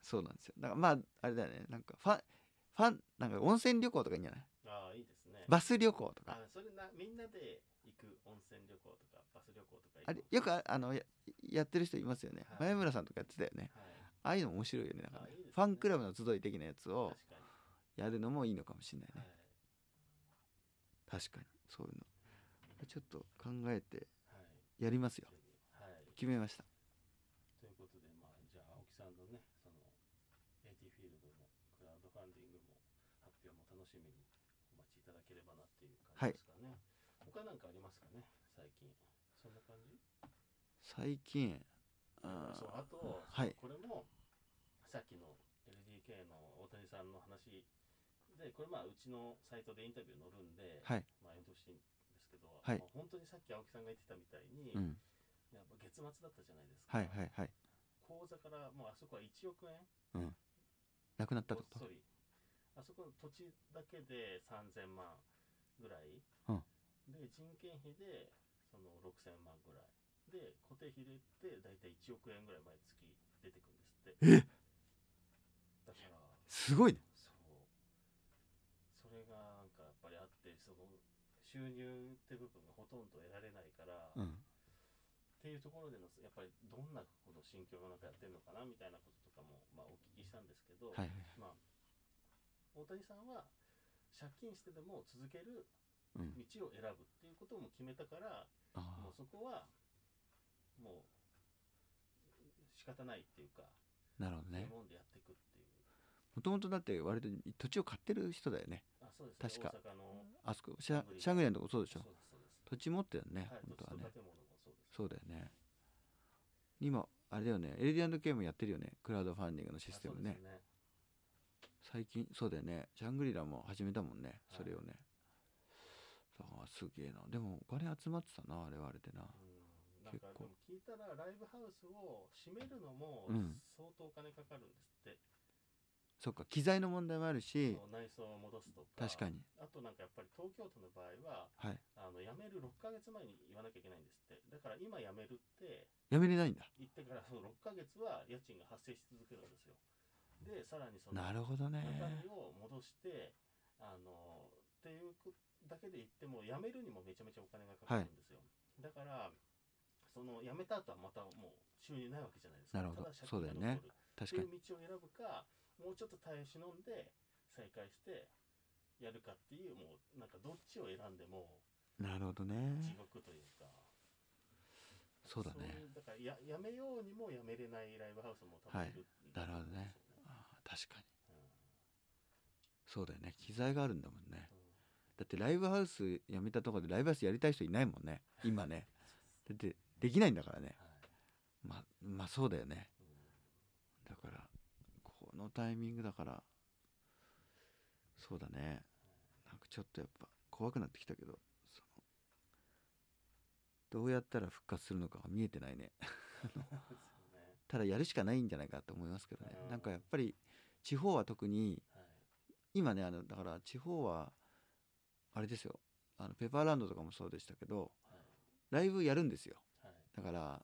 [SPEAKER 1] そうなんですよだからまああれだよねなんかファンファンなんか温泉旅行とかいいんじゃない
[SPEAKER 2] ああいいですね
[SPEAKER 1] バス旅行とか
[SPEAKER 2] あそれなみんなで行く温泉旅行とかバス旅行とか
[SPEAKER 1] あれよくああのややってる人いますよね
[SPEAKER 2] はい
[SPEAKER 1] 前村さんとかやってたよね
[SPEAKER 2] はい
[SPEAKER 1] ああいうの面白いよねなんかね
[SPEAKER 2] あいいですね
[SPEAKER 1] ファンクラブの集い的なやつを
[SPEAKER 2] 確かに
[SPEAKER 1] やるのもいいのかもしれない
[SPEAKER 2] は
[SPEAKER 1] ね
[SPEAKER 2] い
[SPEAKER 1] 確かにそういうのちょっと考えて
[SPEAKER 2] はい
[SPEAKER 1] やりますよ
[SPEAKER 2] はい
[SPEAKER 1] 決めました
[SPEAKER 2] ということでまあじゃあ青木さんのねその AT フィールドのクラウドファンディングも発表も楽しみにお待ちいただければなっていう感じですかね、他なんかありますかね最近そんな感じ
[SPEAKER 1] 最近あ
[SPEAKER 2] そう
[SPEAKER 1] ー
[SPEAKER 2] あと、
[SPEAKER 1] はい
[SPEAKER 2] これもさっきの LDK の大谷さんの話でこれまあうちのサイトでインタビュー載るんで、
[SPEAKER 1] はい
[SPEAKER 2] まあ、読んでほしいんですけど、
[SPEAKER 1] はい
[SPEAKER 2] まあ本当にさっき青木さんが言ってたみたいに、
[SPEAKER 1] うん
[SPEAKER 2] やっぱ月末だったじゃないですか、
[SPEAKER 1] はいはいはい
[SPEAKER 2] 口座からもうあそこは1億円
[SPEAKER 1] なくなったっ
[SPEAKER 2] ご
[SPEAKER 1] てこ
[SPEAKER 2] っ
[SPEAKER 1] と
[SPEAKER 2] そりあそこの土地だけで3000万ぐらい、
[SPEAKER 1] うん
[SPEAKER 2] で人件費でその6000万ぐらいで固定費でって大体1億円ぐらい毎月出てくるんですって
[SPEAKER 1] え
[SPEAKER 2] だから
[SPEAKER 1] すごいね
[SPEAKER 2] そうそれがなんかやっぱりあってその収入って部分がほとんど得られないから、
[SPEAKER 1] う
[SPEAKER 2] っ
[SPEAKER 1] ん
[SPEAKER 2] ていうところでのやっぱりどんなこの心境の中やってるのかなみたいなこととかも、まあ、お聞きしたんですけど、
[SPEAKER 1] はいはい
[SPEAKER 2] まあ、大谷さんは借金してでも続ける
[SPEAKER 1] うん
[SPEAKER 2] 道を選ぶっていうことも決めたから、
[SPEAKER 1] あ
[SPEAKER 2] もうそこはもう仕方ないっていうか、
[SPEAKER 1] ーなるほどね
[SPEAKER 2] 日本でやっていくっていう
[SPEAKER 1] もともとだって割と土地を買ってる人だよね
[SPEAKER 2] あそうです、ね、
[SPEAKER 1] 確か
[SPEAKER 2] 大阪の
[SPEAKER 1] あそこシャ
[SPEAKER 2] シ
[SPEAKER 1] シャン
[SPEAKER 2] ャン
[SPEAKER 1] グリラ
[SPEAKER 2] グリラ
[SPEAKER 1] のとこそうでし
[SPEAKER 2] そ
[SPEAKER 1] ょ
[SPEAKER 2] うですそうです
[SPEAKER 1] 土地持ってるよね
[SPEAKER 2] はい、
[SPEAKER 1] 本当は
[SPEAKER 2] 土
[SPEAKER 1] ね
[SPEAKER 2] 地と建物もそうです
[SPEAKER 1] そうだよね今あれだよね LD&K もやってるよねクラウドファンディングのシステムね
[SPEAKER 2] あ
[SPEAKER 1] 最近そうだよねジャングリラも始めたもんね
[SPEAKER 2] はい
[SPEAKER 1] それをね、ああすげえなでもお金集まってたなあれはあれでな
[SPEAKER 2] そうですねうんなん
[SPEAKER 1] 結
[SPEAKER 2] かで
[SPEAKER 1] 構
[SPEAKER 2] も聞いたらライブハウスを閉めるのも
[SPEAKER 1] うん
[SPEAKER 2] 相当お金かかるんですって、
[SPEAKER 1] そっか機材の問題もあるし
[SPEAKER 2] そう内装を戻すとか
[SPEAKER 1] 確かに
[SPEAKER 2] あとなんかやっぱり東京都の場合は
[SPEAKER 1] はい
[SPEAKER 2] あの辞める6ヶ月前に言わなきゃいけないんですってだから今辞めるって
[SPEAKER 1] やめれないんだ
[SPEAKER 2] 言ってからその6ヶ月は家賃が発生し続けるんですよでさらにその
[SPEAKER 1] なるほどね
[SPEAKER 2] 中身を戻してあのっていうだけで言っても辞めるにもめちゃめちゃお金がかかるんですよ、だからその辞めた後はまたもう収入ないわけじゃないですか
[SPEAKER 1] なるほど
[SPEAKER 2] ただ借金が
[SPEAKER 1] そうだよね
[SPEAKER 2] 残る
[SPEAKER 1] 確かに
[SPEAKER 2] っていう道を選ぶかもうちょっと耐え忍んで再開してやるかっていうもうなんかどっちを選んでも
[SPEAKER 1] なるほど
[SPEAKER 2] 地
[SPEAKER 1] ね
[SPEAKER 2] 獄というか、
[SPEAKER 1] そうだね
[SPEAKER 2] いうだからややめようにもやめれないライブハウスも多分いるんだと思うんです
[SPEAKER 1] はい
[SPEAKER 2] よ、
[SPEAKER 1] なるああ確かにそうだよね機材があるんだもんね
[SPEAKER 2] うんうん
[SPEAKER 1] だってライブハウスやめたところでライブハウスやりたい人いないもんね今ねだってできないんだからね
[SPEAKER 2] はい
[SPEAKER 1] まあまあそうだよね
[SPEAKER 2] うん
[SPEAKER 1] だからこのタイミングだからそうだねなんかちょっとやっぱ怖くなってきたけどそのどうやったら復活するのかが見えてないね
[SPEAKER 2] そうですよね
[SPEAKER 1] ただやるしかないんじゃないかと思いますけどね
[SPEAKER 2] うん
[SPEAKER 1] なんかやっぱり地方は特に
[SPEAKER 2] はい
[SPEAKER 1] 今ねあのだから地方はあれですよあのペパーランドとかもそうでしたけど
[SPEAKER 2] はい
[SPEAKER 1] ライブやるんですよ
[SPEAKER 2] はい
[SPEAKER 1] だから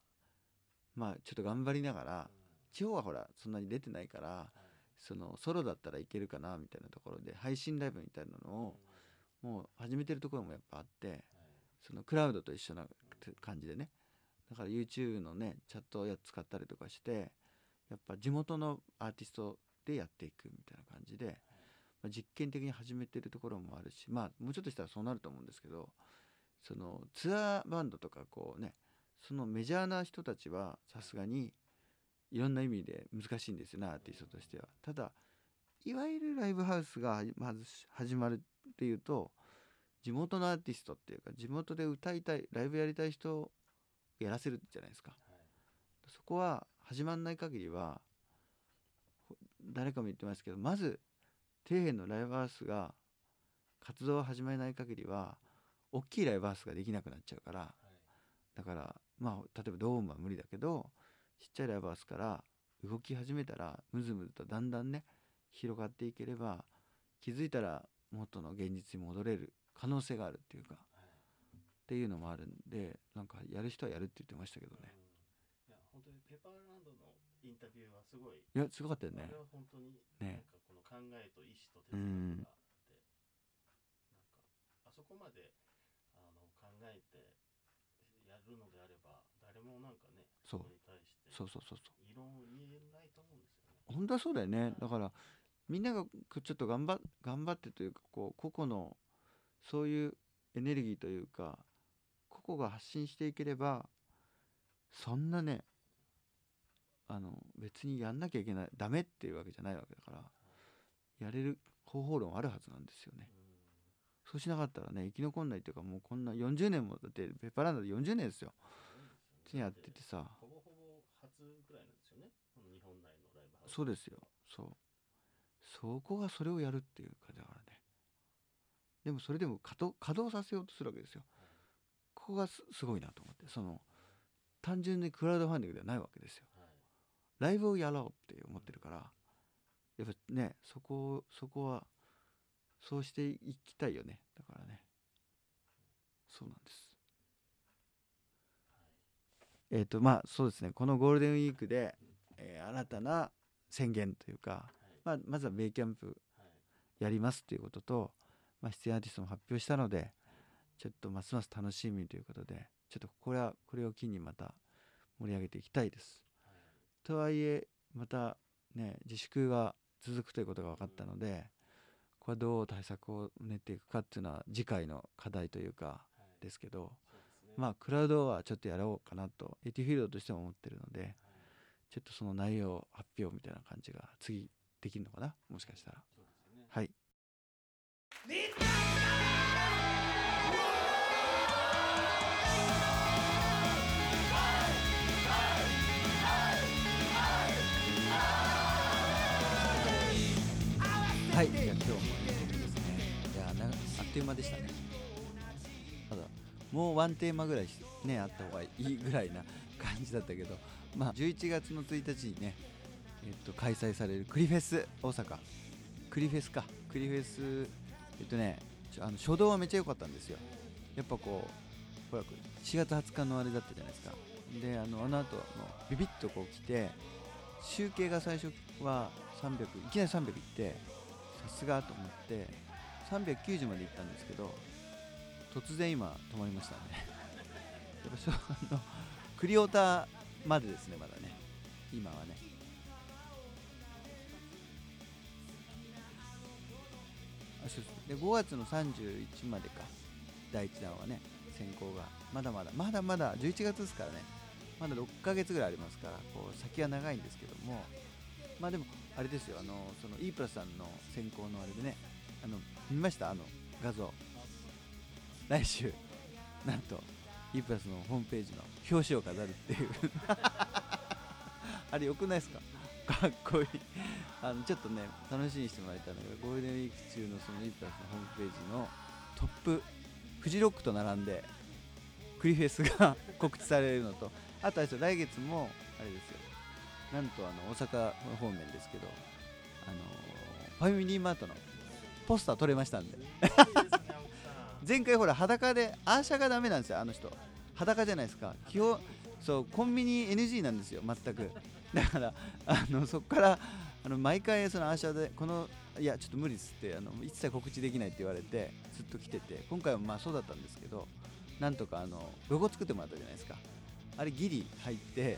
[SPEAKER 1] まあちょっと頑張りながら地方はほらそんなに出てないからそのソロだったらいけるかなみたいなところで配信ライブみたいなの
[SPEAKER 2] うん
[SPEAKER 1] をもう始めてるところもやっぱあって
[SPEAKER 2] はい
[SPEAKER 1] そのクラウドと一緒な感じでねだから YouTube のねチャットをやっ使ったりとかしてやっぱ地元のアーティストでやっていくみたいな感じで、まあ実験的に始めてるところもあるしまあもうちょっとしたらそうなると思うんですけどそのツアーバンドとかこうねそのメジャーな人たちはさすがにいろんな意味で難しいんですよねアーティストとしては。ただいわゆるライブハウスがまず始まるっていうと地元のアーティストっていうか地元で歌いたいライブやりたい人をやらせるじゃないですか。
[SPEAKER 2] はい
[SPEAKER 1] そこは始まんない限りはほ誰かも言ってますけどまず底辺のライブハウスが活動を始めない限りは大きいライブハウスができなくなっちゃうから
[SPEAKER 2] はい
[SPEAKER 1] だからまあ例えばドームは無理だけどちっちゃいライブハウスから動き始めたらムズムズとだんだんね広がっていければ気づいたら元の現実に戻れる可能性があるっていうかっ
[SPEAKER 2] はい
[SPEAKER 1] ていうのもあるんでなんかやる人はやるって言ってましたけど
[SPEAKER 2] うん
[SPEAKER 1] ね
[SPEAKER 2] いや本当にペパーランドのインタビューはすごい
[SPEAKER 1] いやすごかったよ
[SPEAKER 2] あ
[SPEAKER 1] ね
[SPEAKER 2] れは本当になん
[SPEAKER 1] ね
[SPEAKER 2] かこの考えと意志と
[SPEAKER 1] う
[SPEAKER 2] 哲
[SPEAKER 1] ん
[SPEAKER 2] 学があってなんかあそこまであの考えてやるのであれば誰もなんかね
[SPEAKER 1] そう
[SPEAKER 2] こに対して
[SPEAKER 1] そうそうそうそう
[SPEAKER 2] 異論を言えないと思うんですよね。
[SPEAKER 1] 本当はそうだよね
[SPEAKER 2] い
[SPEAKER 1] だからみんながこうちょっと頑張頑張ってというかこう個々のそういうエネルギーというか個々が発信していければそんなねあの別にやんなきゃいけないダメっていうわけじゃないわけだからやれる方法論あるはずなんですよね
[SPEAKER 2] うん
[SPEAKER 1] そうしなかったらね生き残んないっていうかもうこんな40年もだってペッパーランドで40年ですよ
[SPEAKER 2] そうですよね
[SPEAKER 1] やっててさ
[SPEAKER 2] ほぼほぼ初ぐらいなんですよねこの日本内のライブハウス
[SPEAKER 1] そうですよそうそこがそれをやるっていうかだからねでもそれでも稼働稼働させようとするわけですよ
[SPEAKER 2] はい
[SPEAKER 1] ここがすすごいなと思ってその単純にクラウドファンディングではないわけですよ
[SPEAKER 2] はい
[SPEAKER 1] ライブをやろうって思ってるからやっぱねそこをそこはそうしていきたいよねだからねそうなんですえっ、とまあそうですねこのゴールデンウィークで、えー新たな宣言というか、
[SPEAKER 2] はい
[SPEAKER 1] まあ、まずはベイキャンプ
[SPEAKER 2] はい
[SPEAKER 1] やりますということと、まあ、出演アーティストも発表したのでちょっとますます楽しみということでちょっとこれはこれを機にまた盛り上げていきたいです。
[SPEAKER 2] はい
[SPEAKER 1] とはいえまたね自粛が続くということが分かったのでこれはどう対策を練っていくかっていうのは次回の課題というか
[SPEAKER 2] はい
[SPEAKER 1] ですけど
[SPEAKER 2] そうですね
[SPEAKER 1] まあクラウドはちょっとやろうかなとエティフィールドとしても思ってるので
[SPEAKER 2] はい
[SPEAKER 1] ちょっとその内容発表みたいな感じが次できるのかなもしかしたら。
[SPEAKER 2] そうですね
[SPEAKER 1] はい
[SPEAKER 2] 「
[SPEAKER 1] はいじゃあ今日もいやなあっという間でしたねただもうワンテーマぐらいねあった方がいいぐらいな感じだったけどまあ11月の1日にねえっと開催されるクリフェス大阪クリフェスかクリフェスえっとねちょあの初動はめっちゃ良かったんですよやっぱこうほら4月20日のあれだったじゃないですかであのあの後もうビビッとこう来て集計が最初は300いきなり300いってさすがと思って390まで行ったんですけど突然今止まりましたね やっぱそうあのクリオタまでですねまだね今はねあそうそうで5月の31までか第1弾はね選考がまだまだまだまだ11月ですからねまだ6ヶ月ぐらいありますからこう先は長いんですけどもまあでもあれですよあのその E プラスさんの選考のあれでねあの見ましたあの画像来週なんと E プラスのホームページの表紙を飾るっていう あれよくないですかかっこいいあのちょっとね楽しみにしてもらいたいのがゴールデンウィーク中のその E プラスのホームページのトップフジロックと並んでクリフェスが告知されるのとあとあれですよ来月もあれですよなんとあの大阪方面ですけどあのファミリーマートのポスター取れましたんで前回ほら裸でアーシャがダメなんですよあの人裸じゃないですか基本そうコンビニ NG なんですよ全くだからあのそこからあの毎回そのアーシャでこのいやちょっと無理っつってあの一切告知できないって言われてずっと来てて今回もまあそうだったんですけどなんとかあのロゴ作ってもらったじゃないですかあれギリ入って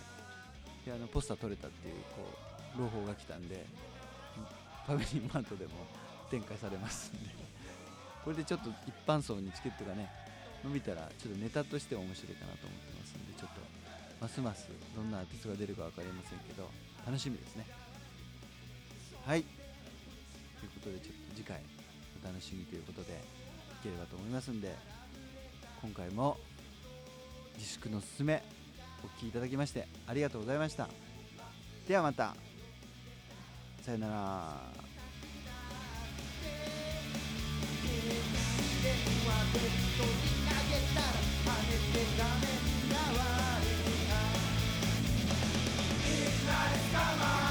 [SPEAKER 1] であのポスター取れたっていうこう朗報が来たんでファミリーマートでも展開されますんでこれでちょっと一般層にチケットがね伸びたらちょっとネタとしても面白いかなと思ってますんでちょっとますますどんなアーティストが出るか分かりませんけど楽しみですねはいということでちょっと次回お楽しみということでいければと思いますんで今回も自粛のすすめお聞きいただきましてありがとうございましたではまたさよなら
[SPEAKER 3] 「いつかで捕まえ